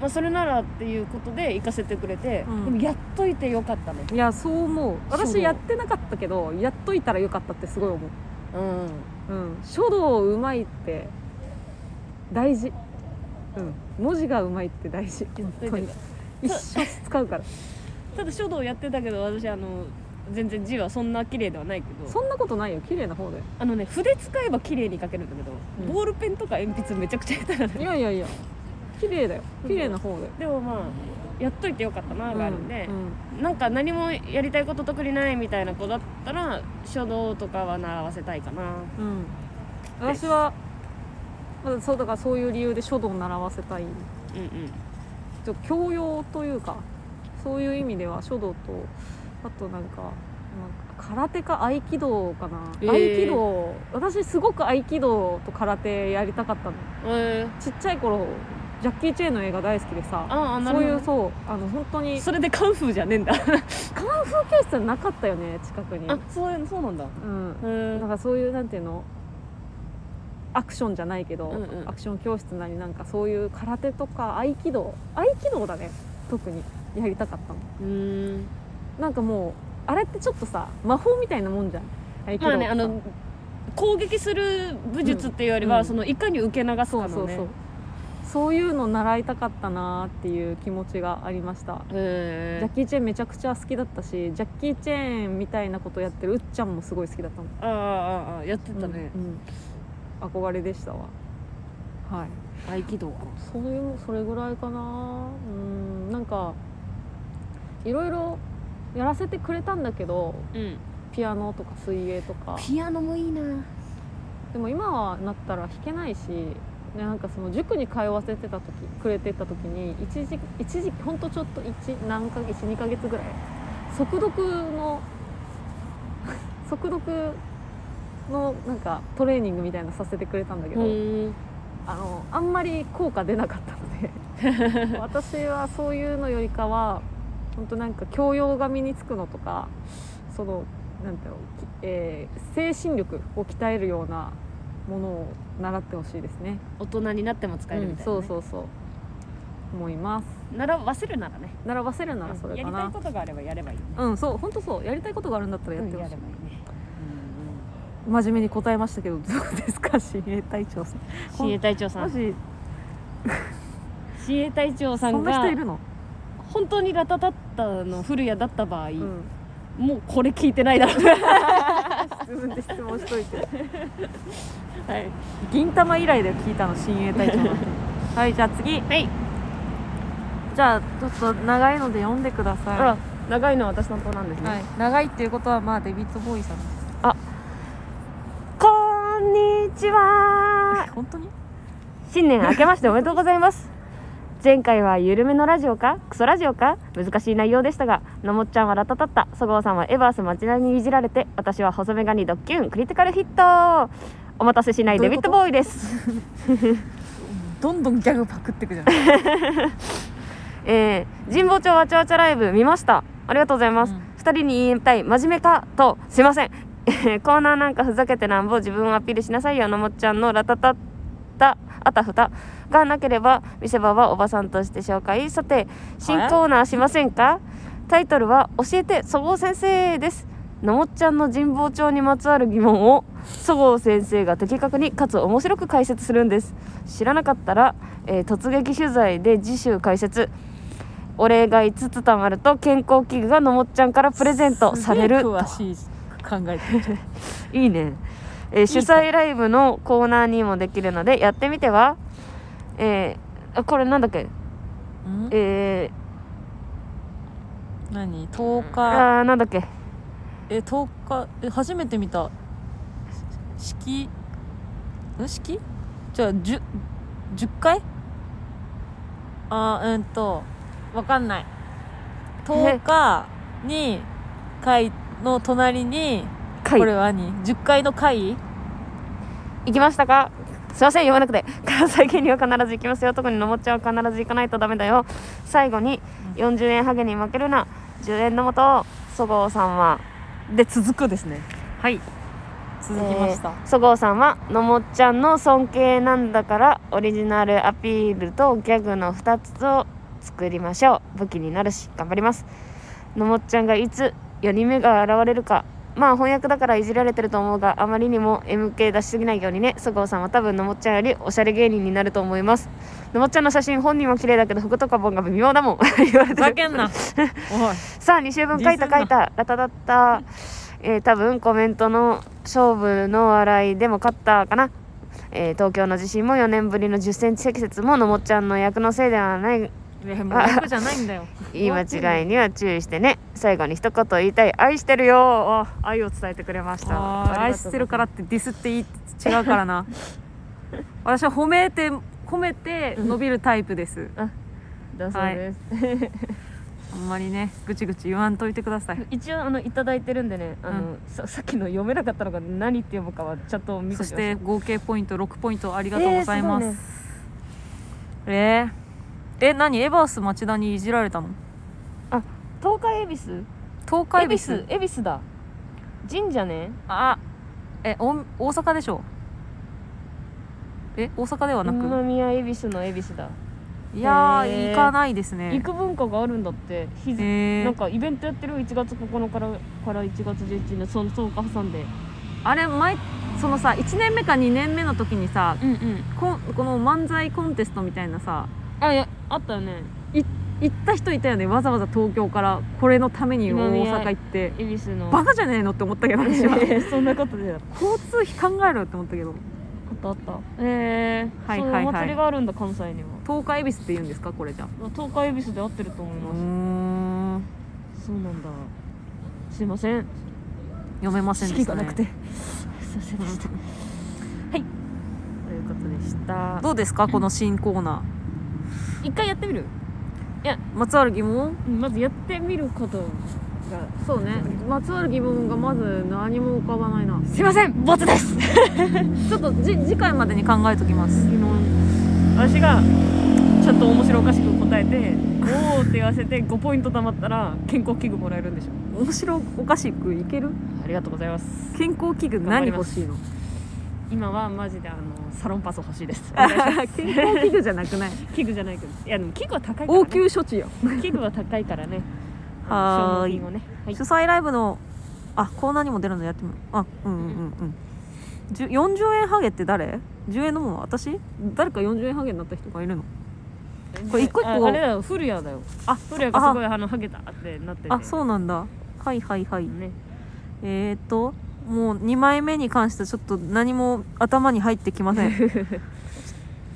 S2: まあ、それならっていうことで行かせてくれて、
S1: うん
S2: でもやっといてよかったね
S1: いやそう思う
S2: 書道
S1: 私やってなかったけどやっといたらよかったってすごい思う
S2: うん
S1: うん、書道うまいって大事、うん、文字がうまいって大事本当に一生使うから
S2: ただ書道やってたけど私あの全然字はそんな綺麗ではないけど
S1: そんなことないよ綺麗な方で
S2: あのね筆使えば綺麗に書けるんだけど、
S1: うん
S2: ボールペンとか鉛筆めちゃくちゃ下手なの
S1: いやいやいや綺麗だよ綺麗な方で、
S2: (laughs) でもまあやっといてよかったな
S1: うん、
S2: があるんで
S1: う、ん
S2: なんか何もやりたいこと特にないみたいな子だったら書道とかは習わせたいかな
S1: うん私はまあそうだからそういう理由で書道を習わせたい
S2: うんうん
S1: ちょ教養というかそういう意味では書道とあとなんかまあ空手か合気道かな、
S2: えー
S1: 合気道私すごく合気道と空手やりたかったの
S2: えー、
S1: ちっちゃい頃ジャッキー・チェーンの映画大好きでさ
S2: ああなる
S1: そう
S2: ほ
S1: いう
S2: ど
S1: そうあの本当に
S2: それでカンフーじゃねえんだ
S1: カンフー教室なかったよね近くに
S2: あそういうそうなんだ
S1: うん
S2: うーん
S1: なんかそういうなんていうのアクションじゃないけど、
S2: うんうん
S1: アクション教室なりなんかそういう空手とか合気道合気道だね特にやりたかったの
S2: うーん
S1: なんかもうあれってちょっとさ魔法みたいなもんじゃん合気道ってさ
S2: まあねあの攻撃する武術っていうよりは、
S1: うん
S2: そのいかに受け流すか
S1: そ
S2: の
S1: う
S2: ね
S1: そうそうそういうの習いたかったなーっていう気持ちがありましたジ
S2: へ
S1: ャッキー・チェーンめちゃくちゃ好きだったしジャッキー・チェーンみたいなことやってるうっちゃんもすごい好きだったもん
S2: ーああああああやってたね
S1: う、んうん憧れでしたわはい
S2: 合気道か
S1: そういうそれぐらいかなうんなんかいろいろやらせてくれたんだけど
S2: うん
S1: ピアノとか水泳とか
S2: ピアノもいいな
S1: でも今はなったら弾けないしでなんかその塾に通わせてた時くれてた時に一時一時ほんとちょっと1何ヶ月12ヶ月ぐらい速読の (laughs) 速読のなんかトレーニングみたいなのさせてくれたんだけ
S2: う
S1: ど、
S2: ん
S1: あのあんまり効果出なかったの
S2: (laughs)
S1: で私はそういうのよりかは本当なんか教養が身につくのとかそのなんだろう、きえー精神力を鍛えるようなものを習ってほしいですね
S2: 大人になっても使えるみたいな、ね
S1: うんそうそうそう思います
S2: 習わせるならね
S1: 習わせるならそれ
S2: や
S1: か
S2: りたい
S1: な
S2: ことがあればやればいいね
S1: うんそう本当そうやりたいことがあるんだったらやって
S2: うん
S1: ほ
S2: や
S1: しい
S2: ればいいね
S1: 真面目に答えましたけどどうですか親衛隊長さん
S2: 親衛隊長さ
S1: も
S2: ん
S1: し
S2: 親衛隊長さ
S1: そ
S2: ん
S1: んな人
S2: が
S1: いるの、
S2: 本当にラタタッタの古谷だった場合、
S1: うん
S2: もうこれ聞いてない
S1: (laughs)
S2: だろうね
S1: 自分で質問しといて
S2: はい、
S1: 銀玉以来で聞いたの親衛隊長 (laughs) なんてはいじゃあ次
S2: はい、
S1: じゃあちょっと長いので読んでください
S2: あら長いのは私の方なんですね、
S1: はい、長いっていうことはまあデビッド・ボーイさんです
S2: こんにちは
S1: 本当に
S2: 新年明けましておめでとうございます (laughs) 前回は緩めのラジオかクソラジオか難しい内容でしたがのもっちゃんはラタタッタそごうさんはエバース町並みにいじられて私は細メガニドッキュンクリティカルヒットお待たせしない
S1: どうい
S2: デ
S1: うこ
S2: ビッ
S1: と
S2: ドボーイです、
S1: どんどんギャグパクってくじゃない
S2: えー、神保町わちゃわちゃライブ見ましたありがとうございます、
S1: うん
S2: 二人に言いたい真面目かとすいませんコーナーなんかふざけてなんぼ自分をアピールしなさいよのもっちゃんのラタタッタあたふたがなければ見せ場はおばさんとして紹介さて新コーナーしませんかタイトルは教えてそごう先生ですのもっちゃんの神保町にまつわる疑問をそごう先生が的確にかつ面白く解説するんです知らなかったら、えー突撃取材で次週解説お礼が5つたまると健康器具がのもっちゃんからプレゼントされる
S1: すげえ
S2: と
S1: 詳しい考えてる
S2: (laughs) いいね、えー主催ライブのコーナーにもできるのでやってみてはえーあこれなんだっけ
S1: ん
S2: え
S1: (laughs) 何
S2: ー
S1: 10日
S2: あーなんだっけ
S1: え10日え初めて見たし式ん式じゃあ 10, 10回あーうんとわかんない10日に回の隣に
S2: 回
S1: これは何10回の回
S2: 行きましたかすいません読まなくて (laughs) 関西圏には必ず行きますよ特にのもっちゃんは必ず行かないとダメだよ最後に40円ハゲに負けるな10円のもとをそごうさんは
S1: で続くですね
S2: はい
S1: 続きました、
S2: そごうさんはのもっちゃんの尊敬なんだからオリジナルアピールとギャグの2つを作りましょう武器になるし頑張りますのもっちゃんがいつ4人目が現れるかまあ翻訳だからいじられてると思うがあまりにも MK 出しすぎないようにねそごうさんは多分のもっちゃんよりおしゃれ芸人になると思いますのもっちゃんの写真本人は綺麗だけど服とか本が微妙だもん (laughs) 言われ
S1: ふ
S2: て
S1: ざ
S2: る
S1: けん
S2: (laughs)
S1: なおい
S2: さあ2週分書いた書いたラタだった、えー、多分コメントの勝負の笑いでも勝ったかな、えー東京の地震も4年ぶりの1 0センチ積雪ものもっちゃんの役のせいではない
S1: いやもう役じゃないんだよ
S2: (laughs) 言い間違いには注意してね最後に一言言いたい愛してるよを愛を伝えてくれました
S1: あー愛してるからってディスっていいって違うからな (laughs) 私は褒めて褒めて伸びるタイプです
S2: だ、
S1: そうですあんまりねぐちぐち言わんといてください
S2: 一応あのいただいてるんでねあの、ささっきの読めなかったのが何って読むかはちゃんと見
S1: そ
S2: て
S1: して合計ポイント6ポイントありがとうございます
S2: えーす
S1: えーえ何エバース町田にいじられたの
S2: 東海恵比寿
S1: 東海
S2: 恵比
S1: ビス
S2: 寿恵比寿だ神社ね
S1: あえおん大阪でしょえ大阪ではなく、
S2: 今宮恵比寿の恵比寿だ
S1: いやー、
S2: へー
S1: 行かないですね
S2: 行く文化があるんだって日
S1: え
S2: 付
S1: ー
S2: なんかイベントやってる1月9日からから1月11日その10日挟んで
S1: あれ前そのさ1年目か2年目の時にさ
S2: うんうん
S1: こんこの漫才コンテストみたいなさ
S2: あいやあったよね
S1: 行った人いたよねわざわざ東京からこれのために大
S2: 今宮
S1: 阪行って
S2: 恵比寿の
S1: バカじゃねえのって思ったけど私
S2: (laughs)
S1: は
S2: そんなことであっ
S1: 交通費考えろよって思ったけど
S2: たあったへえー、
S1: はいはいはい
S2: そういうお祭りがあるんだ関西には
S1: 東海恵比寿って言うんですかこれじゃう
S2: 東海恵比寿で合ってると思い
S1: ー
S2: ます、
S1: ん
S2: そうなんだすいません
S1: 読めませんで
S2: 式
S1: した
S2: が
S1: ね
S2: なくてすいませんでしたはいということでした
S1: どうですかこの新コーナ
S2: 一回やってみる
S1: ーまつわる疑問
S2: うんまずやってみることが
S3: そうねまつわる疑問がまず何も浮かばないな
S2: すいませんボツです
S1: ちょっとじ次回までに考えときます
S2: 疑問私がちょっと面白おかしく答えて「おお」って言わせて5ポイント貯まったら健康器具もらえるんでしょ
S1: 面白おかしくいける
S2: ありがとうございます
S1: 健康器具何欲しいの
S2: 今はマジであのサロンパス欲しいですお願いし
S1: (laughs)
S2: ま
S1: 健康器具じゃなくない
S2: す器具じゃ (laughs) ないけどいやでも器具は高いから、ね、
S1: 応急処置よ
S2: 器具は高いからね
S1: はーい
S2: 消耗品をねはい
S1: 主催ライブのあコーナーにも出るのやってみるあうんうんうんうんじゅ40円ハゲって誰 ?10 円のもの私誰か40円ハゲになった人がいるのこれ一個一個
S2: ああれだよ古谷だよ
S1: あ
S2: 古谷がすごいあのハゲたってなってて
S1: あそうなんだはいはいはいう
S2: ね
S1: えー、っともう2枚目に関してちょっと何も頭に入ってきませ
S3: (laughs)
S1: ん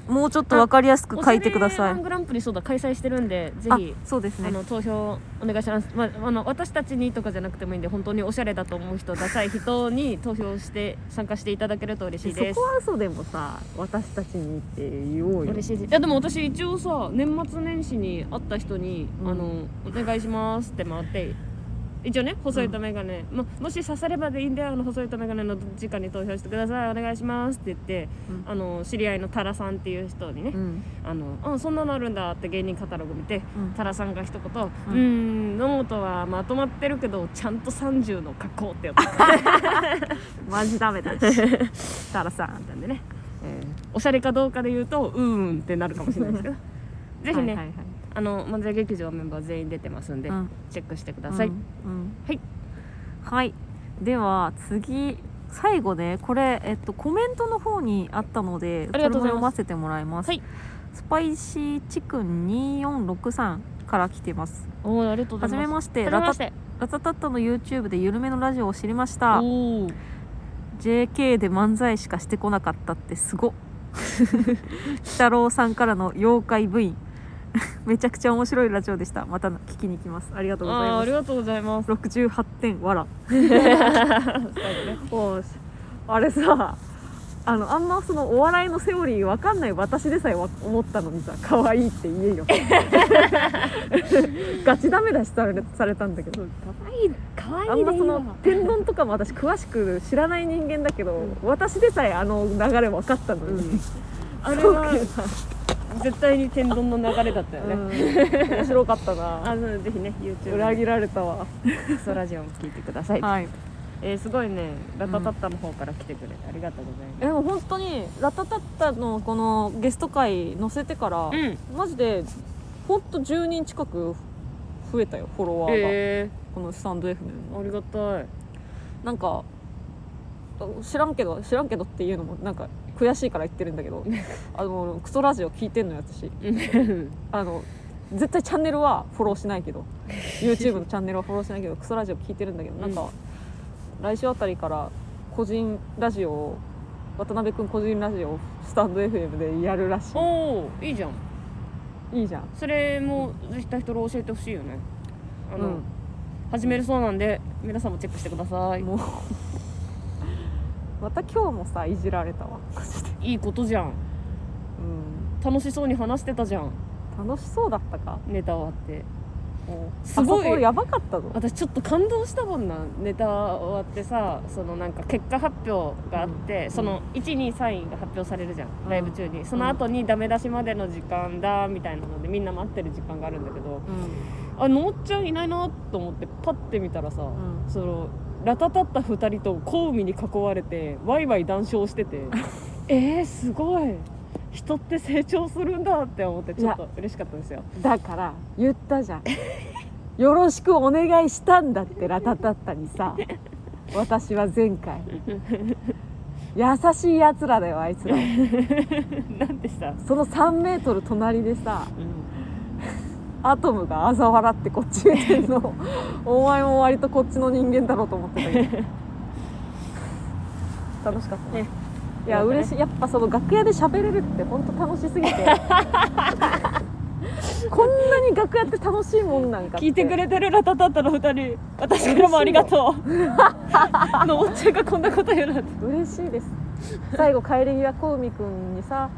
S1: もうちょっと分かりやすく書いてくださ
S2: おしゃれマン
S1: い
S2: グランプリそうだ開催してるんでぜ
S1: あ
S2: ひ
S1: そうです
S2: あ
S1: ね
S2: の投票お願いします、まあ、あの私たちにとかじゃなくてもいいんで本当におしゃれだと思う人ダサい人に投票して参加していただけると嬉しいです
S3: は嘘でもさ私たちにって言おう
S2: 嬉しいですいやでも私一応さ年末年始に会った人に「あのお願いします」って回って一応ね細いと眼鏡、まもし刺さればでいいんであの細いと眼鏡の時間に投票してくださいお願いしますって言って、あの知り合いのタラさんっていう人にね、
S1: うん
S2: あのあそんなのあるんだって芸人カタログ見て、
S1: うん
S2: タラさんが一言「うー
S1: うん
S2: ん野本はまとまってるけどちゃんと30の加工」ってやった
S3: マジダメだし
S2: (laughs)
S3: タラさん
S2: なんでね
S3: え
S2: おしゃれかどうかで言うと「うーん」ってなるかもしれないですけど (laughs) ぜ
S3: ーは
S2: ひね、
S3: いはいはい
S2: あの漫才劇場メンバー全員出てますんで、
S1: うん
S2: チェックしてください、
S1: うんうん
S2: はい
S1: はい
S4: では次最後ねこれ、えっと、コメントの方にあったので
S2: ありがとう
S4: それも
S2: ございます
S4: 読ませてもらいます、
S2: はい
S4: スパイシーチクン2463から来てます
S2: おおありがとうご
S4: は
S2: ざ
S4: じ
S2: い
S4: め
S2: ます
S4: まして
S2: は
S4: ラ
S2: じ
S4: タ
S2: めまして
S4: ラタタッタの YouTube でゆるめのラジオを知りました
S2: おー
S4: JK で漫才しかしてこなかったってす
S2: (laughs)
S4: ごっ北郎さんからの妖怪部員 (laughs) めちゃくちゃ面白いラジオでしたまた聞きに行きますありがとうござい
S2: あーあ
S4: ま
S2: り
S4: す
S2: がとうございます
S4: 68点わら
S1: おあれさあのあんまそのお笑いのセオリーわかんない私でさえわ思ったのにさ可愛いって言えよ (laughs) ガチダメ出しされされたんだけど
S2: かわ
S1: あんまその天丼とかも私詳しく知らない人間だけど、私でさえあの流れ分かったのに、
S2: あれは絶対に天丼の流れだったよね、
S1: うん面白かったな
S2: あのぜひね YouTube
S1: 裏切られたわ
S2: クソラジオも聞いてください、
S4: はい
S2: えー、すごいねラタタッタの方から来てくれて、ありがとうございます
S4: でも本当に「ラタタッタ」のこのゲスト回載せてから、
S2: ん
S4: マジでほんと10人近く増えたよフォロワーが、
S2: え
S4: このスタンド F の
S2: ー、ありが
S4: (laughs)
S2: たい
S4: なんか知らんけど知らんけどっていうのもなんか悔しいから言ってるんだけどあのクソラジオ聞いてんのよ私あの絶対チャンネルはフォローしないけど YouTube のチャンネルはフォローしないけどクソラジオ聞いてるんだけどなんか、来週あたりから個人ラジオを渡辺君個人ラジオをスタンド FM でやるらし
S2: おおいいじゃん
S4: いいいじゃん
S2: それもぜひた人教えてほしいよねあの、
S4: うん
S2: 始めるそうなんで皆さんもチェックしてください
S4: もうまた今日もさいじられたわマジで
S2: いいことじゃん
S4: う
S2: 楽しそうに話してたじゃん
S4: ん楽しそうだったか
S2: ネタ終わって
S4: もう
S2: すごい
S4: あそこやばかったぞ
S2: 私ちょっと感動したもんなネタ終わってさそのなんか結果発表があって、その123位が発表されるじゃん、ライブ中にその後にダメ出しまでの時間だみたいなのでみんな待ってる時間があるんだけど
S4: うん
S2: あのもっちゃんいないなと思ってパッて見たらさ、
S4: ん
S2: そのラタタッタ2人と小海に囲われてワイワイ談笑してて (laughs) えー、すごい人って成長するんだって思ってちょっと嬉しかったですよ
S1: だから言ったじゃん (laughs) よろしくお願いしたんだってラタタッタにさ私は前回優しいやつらだよあいつら
S2: (laughs) なんでさ、
S1: その3メートル隣でさアトムが嘲笑ってこっち見てるの (laughs) お前も割とこっちの人間だろうと思ってたけど楽しかったね
S2: ね
S1: いや
S2: よかったね
S1: 嬉しいやっぱその楽屋で喋れるって本当楽しすぎ
S2: (laughs)
S1: てこんなに楽屋って楽しいもんなんかって
S2: 聞いてくれてるラタタッタの2人私からもありがとうあ (laughs) のおっちゃんがこんなこと言うなんて
S1: 嬉しいです最後帰り際こうみくんにさ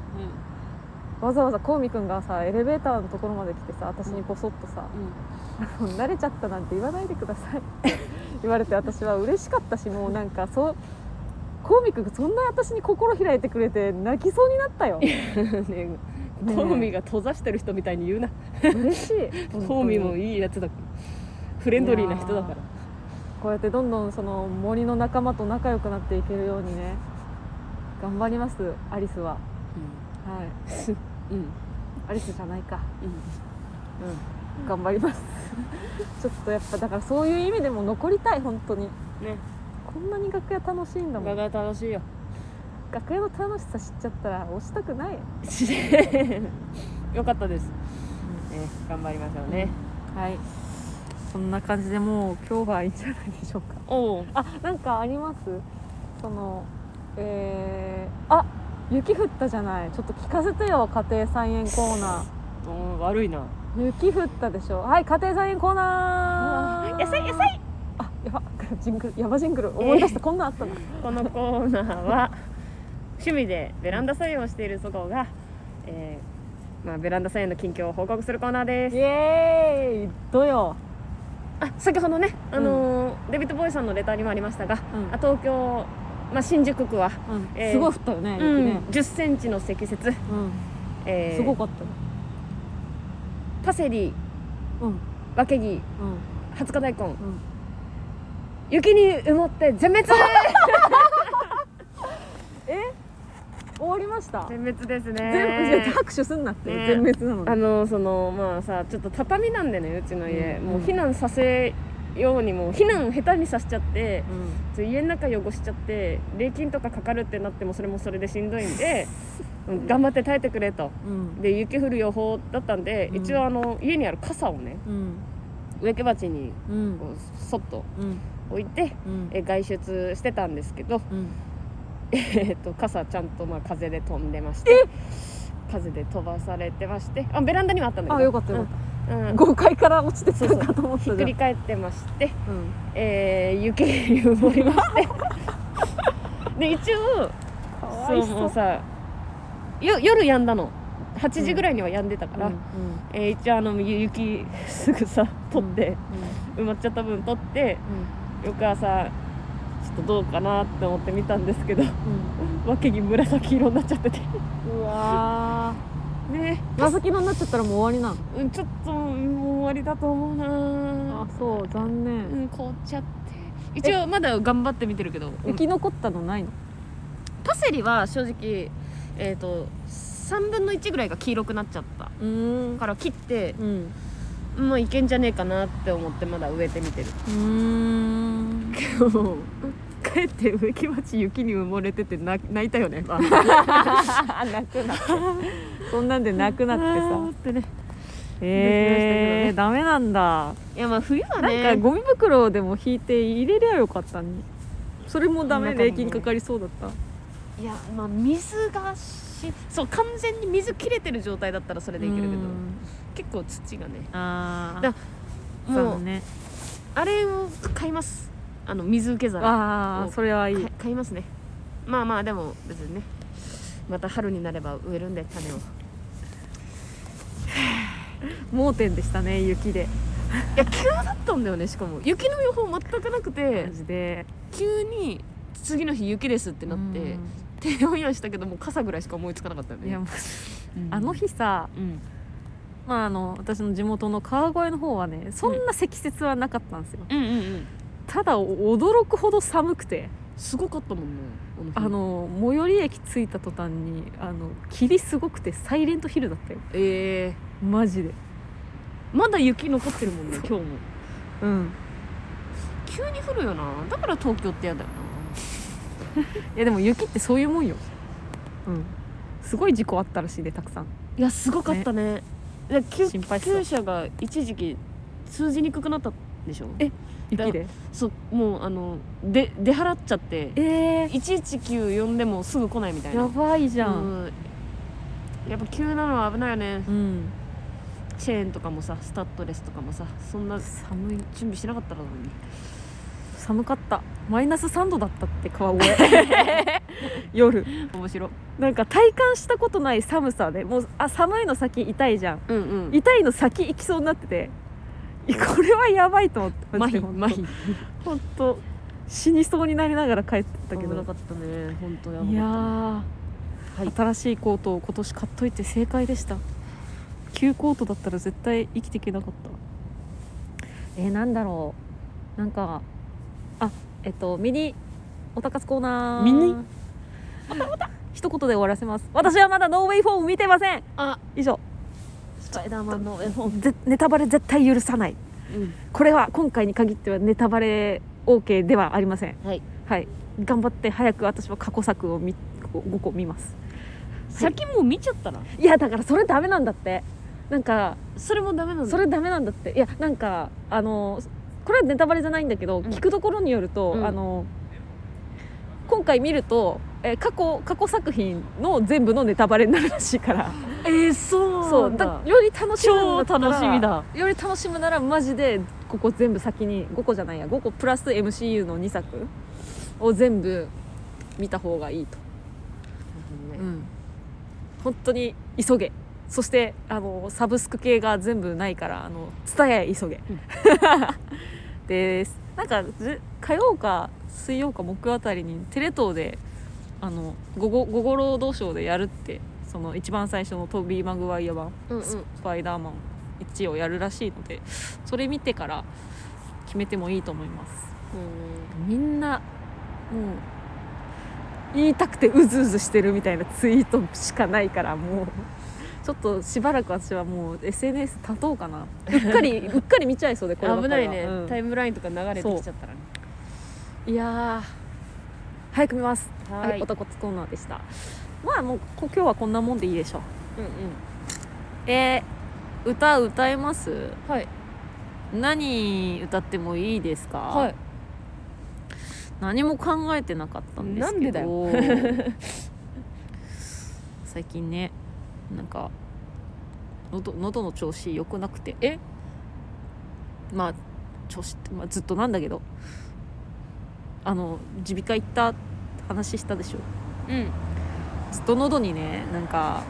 S1: わざわざこうみくんがさエレベーターのところまで来てさ私にボソッとさ「もう慣れちゃったなんて言わないでください」 (laughs) って言われて私は嬉しかったしもうなんかそうこうみくんがそんな私に心開いてくれて泣きそうになったよ
S2: ねえトーミーが閉ざしてる人みたいに言うな
S1: 嬉しい
S2: トーミーもいいやつだフレンドリーな人だから
S1: こうやってどんどんその森の仲間と仲良くなっていけるようにね頑張りますアリスははい (laughs)
S2: うんうん
S1: アリスじゃないかうん頑張ります (laughs) ちょっとやっぱだからそういう意味でも残りたい本当に
S2: ね
S1: こんなに楽屋楽しいんだも
S2: ガ
S1: ん
S2: が楽しいよ
S1: 楽屋の楽しさ知っちゃったら押したくない
S2: (laughs) よかったです、ね、頑張りましょうね、
S4: はい
S1: そんな感じでもう今日はいいんじゃないでしょうか
S2: おお
S1: あなんかありますそのえー、あ雪降ったじゃないちょっと聞かせてよ家庭菜園コーナ
S2: 悪いな
S1: ー雪降ったでしょはい家庭菜園コーナー
S2: 野菜野菜
S1: あやばジングルやばジングル思い出した、こんなんあったな
S2: このコーナーは (laughs) 趣味でベランダ作業をしている祖母が、えーまあ、ベランダ作業の近況を報告するコーナーです
S1: イエーイどうよ
S2: あ先ほどね、あのーデビッド・ボーイさんのレターにもありましたが、
S1: うん
S2: あ東京、まあ、新宿区は、
S1: うん
S2: えー
S1: すごい降ったよね、
S2: う
S1: 雪
S2: ん
S1: ね、
S2: 10センチの積雪、
S1: うん、
S2: えー
S1: すごかったよ
S2: パセリ
S1: うん
S2: わけ
S1: う
S2: ぎ
S1: ん
S2: 20日大
S1: ん
S2: 根、雪に埋もって全滅
S1: 終わりました
S2: 全滅です
S1: 全部
S2: ね
S1: 拍手すんなって、
S2: ね
S1: 全滅なので
S2: あのそのまあさちょっと畳なんでねうちの家、
S1: うん
S2: もう避難させようにも避難下手にさせちゃって
S1: うん
S2: ちょ家の中汚しちゃって礼金とかかかるってなってもそれもそれでしんどいんでうん頑張って耐えてくれと
S1: うん
S2: で雪降る予報だったんで、
S1: うん
S2: 一応あの家にある傘をね
S1: うん
S2: 植木鉢に
S1: うん
S2: こうそっと
S1: うん
S2: 置いて
S1: うん
S2: え外出してたんですけど、
S1: うん
S2: えっと傘ちゃんとまあ風で飛んでまして風で飛ばされてましてあベランダにもあったんだけど
S1: あよかったよかっ
S2: った、うんう
S1: た
S2: ん
S1: 5階から落ちてきた
S2: そうそ
S1: かと思っ
S2: ひったく
S1: じゃん
S2: り返ってまして、
S1: うん
S2: えー、雪に埋まりま
S1: (laughs)
S2: してで一応
S1: かわい
S2: そうも
S1: そう
S2: うさよ夜やんだの8時ぐらいにはやんでたから、
S1: うんうん
S2: えー一応あのゆ雪すぐさ取って、埋まっちゃった分取って翌朝ちょっとどうかなって思って見たんですけど
S1: うん
S2: 脇に紫色になっちゃってて
S1: うんうわ
S2: ね
S1: ー紫色になっちゃったらもう終わり
S2: うんちょっともう終わりだと思う
S1: なの
S2: な
S1: あそう残
S2: う
S1: 念
S2: ん凍っちゃって一応まだ頑張って見てるけど
S1: 生き残ったのないの
S2: パセリは正直えっ、と3分の1ぐらいが黄色くなっちゃった
S1: うーん
S2: から切って
S1: うん
S2: もういけんじゃねえかなって思ってまだ植えてみてる
S1: うーん
S2: (laughs) 帰って植木鉢雪に埋もれてて泣泣いたよね、まあ、
S1: 泣くなって (laughs) そんなんで泣くなって
S2: あー
S1: さ
S2: ってね
S1: えー、ダメなんだ
S2: いやまあ冬は
S1: なん
S2: ね
S1: かゴミ袋でも引いて入れりゃよかったのにそれもダメ
S2: なんかもう
S1: 礼金かかりそうだった
S2: いやまあ水がしそう完全に水切れてる状態だったらそれでいけるけど
S1: うん
S2: 結構土がね
S1: あ
S2: だ
S1: あ
S2: も
S1: そううね
S2: あれを買いますあの水受け皿
S1: あ
S2: お
S1: あそれはいい
S2: 買買いますねまあまあでも別にねまた春になれば植えるんで種をい
S1: 盲点でしたね雪で
S2: や急だったんだよねしかも雪の予報全くなくて
S1: マジで
S2: 急に次の日雪ですってなっ
S1: う
S2: て
S1: ん
S2: 低温やしたけどもう傘ぐらいしか思いつかなかったよね
S1: いやもう
S2: うん
S1: あの日さ
S2: うん
S1: まああの私の地元の川越の方はねそんな積雪はなかったんですよ
S2: うんうんうん
S1: ただ驚くほど寒くて
S2: すごかったもんねあ
S1: あ
S2: の日
S1: の最寄り駅着いた途端にあの霧すごくてサイレントヒルだったよ
S2: ええ
S1: マジで
S2: まだ雪残ってるもんね今日も
S1: うん
S2: 急に降るよなだから東京ってやだよ
S1: いやでも雪ってそういうもんようんすごい事故あったらしいでたくさん
S2: ないやすごかったねいや救
S1: 心配しそう
S2: 急車が一時期通じにくくなったでしょ
S1: え雪で
S2: そうもうあので出払っちゃって
S1: え
S2: 119呼んでもすぐ来ないみたい
S1: ー、
S2: な
S1: やばいじゃん
S2: うんやっぱ急なのは危ないよね
S1: うん、
S2: チェーンとかもさスタッドレスとかもさそんな準
S1: 寒い
S2: 備しなかったらなのに
S1: 寒かったマイナス3度だったって川越 (laughs) 夜
S2: 面白
S1: なんか体感したことない寒さでもうあ寒いの先痛いじゃん
S2: うんうん
S1: 痛いの先行きそうになってていこれはやばいと思って
S2: 麻
S1: マジで
S2: 痺麻痺
S1: 本当死にそうになりながら帰ってったけ
S2: 危
S1: ど
S2: なかったね本当やばかった
S1: いやー、
S2: はい
S1: 新しいコートを今年買っといて正解でした旧コートだったら絶対生きていけなかったえー、なんだろうなんかあえっとミニおたかつコーナー
S2: ミニ
S1: 一言で終わらせます私はまだノーウェイフォーム見てません
S2: あ
S1: 以上
S2: スパイダーマンの絵本、
S1: ぜネタバレ絶対許さないこれは今回に限ってはネタバレ OK ではありません
S2: はい、
S1: はい、頑張って早く私は過去作を見5個見ます
S2: 先もう見ちゃったら
S1: いやだからそれダメなんだってなんか
S2: それもダメなんだ
S1: それダメなんだっていやなんかあのこれはネタバレじゃないんだけど、
S2: ん
S1: 聞くところによると、
S2: うん
S1: あの今回見ると、えー過去過去作品の全部のネタバレになるらしいから
S2: えー、そう
S1: そ
S2: な
S1: うん
S2: だ
S1: だより楽しむんったら
S2: 超楽しみだ
S1: より楽しむならマジでここ全部先に5個じゃないや5個プラス MCU の2作を全部見た方がいいとうん、本当に急げそしてあのサブスク系が全部ないからあの蔦屋へ急げ、
S2: うん
S1: (laughs) ですなんかず火曜か水曜か木曜あたりにテレ東であの午後午後労働省でやるってその一番最初のトビー・マグワイア版
S2: うんうん
S1: スパイダーマン1をやるらしいのでそれ見てから決めてもいいと思いますみんなもう言いたくてうずうずしてるみたいなツイートしかないからもうちょっとしばらく私はもう SNS 立とうかなうっか
S2: (laughs)
S1: りうっかり見ちゃいそうでこればっ
S2: 危
S1: か
S2: ない
S1: りは
S2: ね、
S1: うん
S2: タイムラインとか流れてきちゃったらね
S1: いやー早く見ます
S2: は
S1: はい、
S2: ーい、
S1: 男つコーナーでしたまあもうこ今日はこんなもんでいいでしょう
S2: うんうん
S1: えー、歌歌います
S2: はい
S1: 何歌ってもいいですか、
S2: はい
S1: 何も考えてなかったんですけど (laughs) 最近ねなんか喉喉の調子良くなくて
S2: え
S1: まあ調子って、まあ、ずっとなんだけどあの耳鼻科行った話したでしょ
S2: うん
S1: ずっと喉にねなんか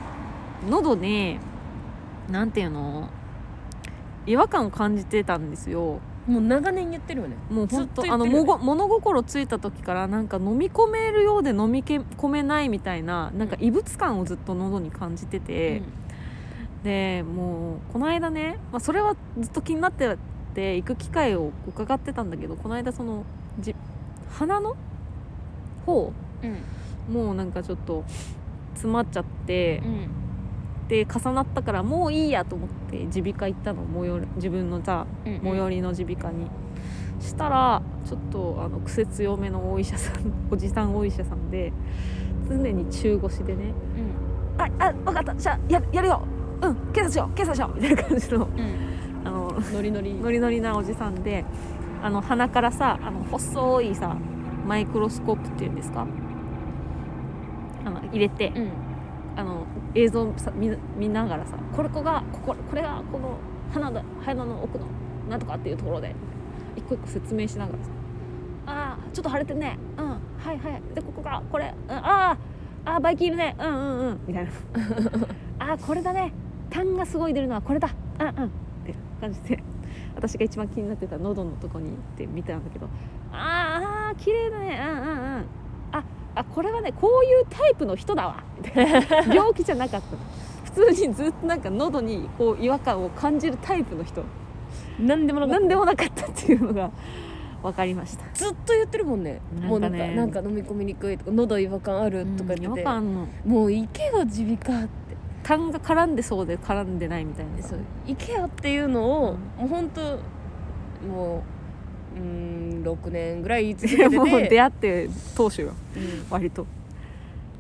S1: 喉になんていうの違和感を感じてたんですよ
S2: もう長年言ってるよね
S1: もう本当
S2: ずっと言ってる
S1: あ
S2: よ
S1: の
S2: ね
S1: もご物心ついた時からなんか飲み込めるようで飲みけ込めないみたいななんか異物感をずっと喉に感じてて、でもうこの間ね、まあ、それはずっと気になってて行く機会を伺ってたんだけどこの間そのじ鼻の方
S2: うんうん
S1: もうなんかちょっと詰まっちゃって、
S2: うん
S1: で重なったからもういいやと思って耳鼻科行ったの最寄り自分のさ
S2: うん
S1: 最寄りの耳鼻科に、したらちょっとあの癖強めのお医者さん (laughs) おじさんお医者さんで常に中腰でね
S2: う
S1: 「
S2: ん
S1: ああ分かったじゃあややるようん検査しよう検査しよう」みたいな感じの
S2: うん
S1: あの
S2: ノリノリ
S1: ノリノリなおじさんであの鼻からさあの細いさマイクロスコープっていうんですかあの入れて、
S2: うん
S1: あの映像をさ見見ながらさこれこがこここれがこの鼻だ鼻の奥のなんとかっていうところで一個一個説明しながらさ「ああちょっと腫れてんねうんはいはいでここがこれ、うん、あーあーバイキンいるねうんうんうん」みたいな (laughs) 「ああこれだね痰がすごい出るのはこれだうんうん」って感じで私が一番気になってた喉のとこに行って見たんだけど「あーあー綺麗だねうんうんうん」ああこれはねこういうタイプの人だわみたいな (laughs) 病気じゃなかったの普通にずっとなんか喉にこう違和感を感じるタイプの人
S2: 何でもなかった
S1: 何でもなかったっていうのが分かりました
S2: ずっと言ってるもんねもうなんか
S1: なんかね
S2: なんか飲み込みにくいとか喉違和感あるとか
S1: 違
S2: 言っ
S1: 和
S2: てて、
S1: 感の
S2: もう行けよ耳鼻科って
S1: 痰が絡んでそうで絡んでないみたいな (laughs)
S2: そう行けよっていうのを、
S1: うん
S2: もう本当もううーん6年ぐらい言い続
S1: い
S2: けて
S1: や
S2: (laughs)
S1: もう
S2: て、
S1: 出会って当初よ割と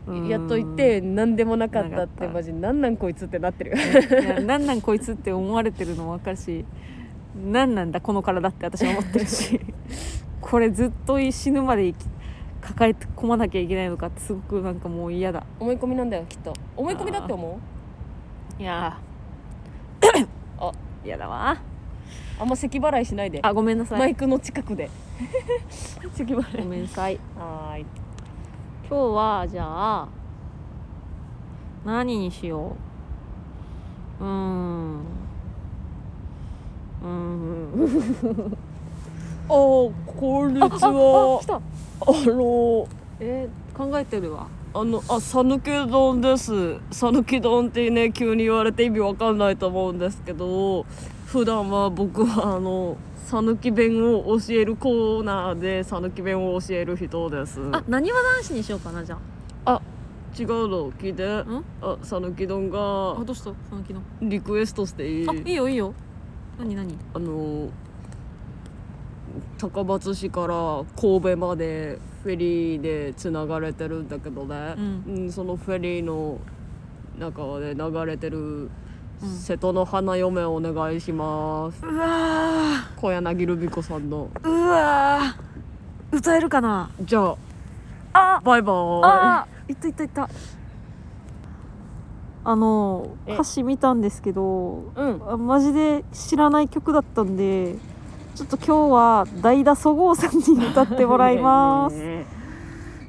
S2: うんやっと行
S1: い
S2: って何でもなかっ
S1: な
S2: た
S1: か
S2: っ
S1: ってた
S2: マジなんなんこいつってなってる
S1: いやなんなんこいつって思われてるのも分かるしなんなんだこの体って私は思ってる (laughs) しこれずっと死ぬまで生き抱え込まなきゃいけないのかってすごくなんかもう嫌だ
S2: (laughs) 思い込みなんだよきっと思い込みだって思う
S1: いや (coughs)
S2: あ
S1: 嫌だわ
S2: あんま咳払いしないで
S1: あごめんな
S2: マ
S1: さい
S2: イクの近くで (laughs) 咳払
S1: ご
S2: い
S1: めんなさい
S2: はーい
S1: 今日はじゃあ何にしよううーんうーん
S2: あこんにちは
S1: 来た
S2: あの
S1: えー考えてるわ
S2: あのあ讃岐丼です讃岐丼ってね急に言われて意味わかんないと思うんですけど普段は僕はあの讃岐弁を教えるコーナーで讃岐弁を教える人です
S1: あなにわ男子にしようかなじゃ
S2: 違うの聞いて
S1: ん
S2: あ讃岐丼
S1: ああ
S2: が
S1: どうしたその昨日
S2: リクエストしていい
S1: あいいよいいよ何何
S2: あの高松市から神戸までフェリーでつながれてるんだけどね、
S1: うん
S2: うんそのフェリーの中で流れてる
S1: うん
S2: 瀬戸の花嫁お願いします、
S1: うわ
S2: 小柳ルミ子さんの
S1: ーうわー歌えるかな
S2: じゃ
S1: あ
S2: あバイバーイ
S1: あーいったいったいったあの
S2: え
S1: 歌詞見たんですけど
S2: うん
S1: あマジで知らない曲だったんでちょっと今日は代打そごうさんに歌ってもらいま (laughs) す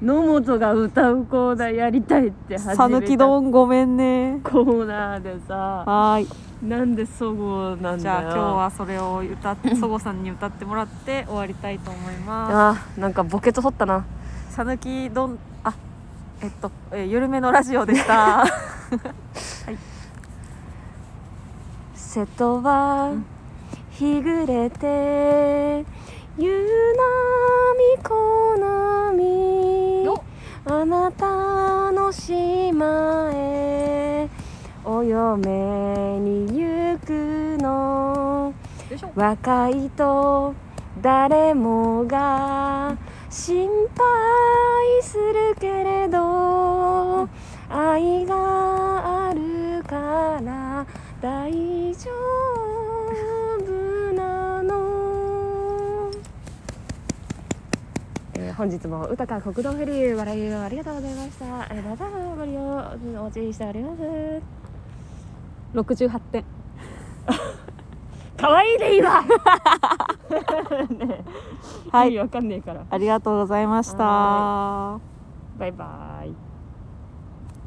S2: 野本が歌うコーナーやりたいって始めた
S1: さぬき丼ごめんね
S2: コーナーでさ
S1: はーい
S2: なんでそごうなんだよ
S1: じゃあ今日はそれを歌ってそごさんに歌ってもらって終わりたいと思います
S2: あーなんかボケと掘ったな
S1: さぬき丼あえっとえーゆるめのラジオでした (laughs)
S5: 瀬戸は日暮れて夕
S1: よ
S5: 波小波あなたの島へ泳若いと誰もが心配するけれど愛があるから大丈夫なの
S2: えー本日も歌か国道フェリー笑いをありがとうございました。えー、またご利用お待ちしております。
S1: 68点
S2: 可愛いで (laughs) 今。
S1: はい
S2: い、わかんねえから。
S1: ありがとうございました
S2: バイバイ。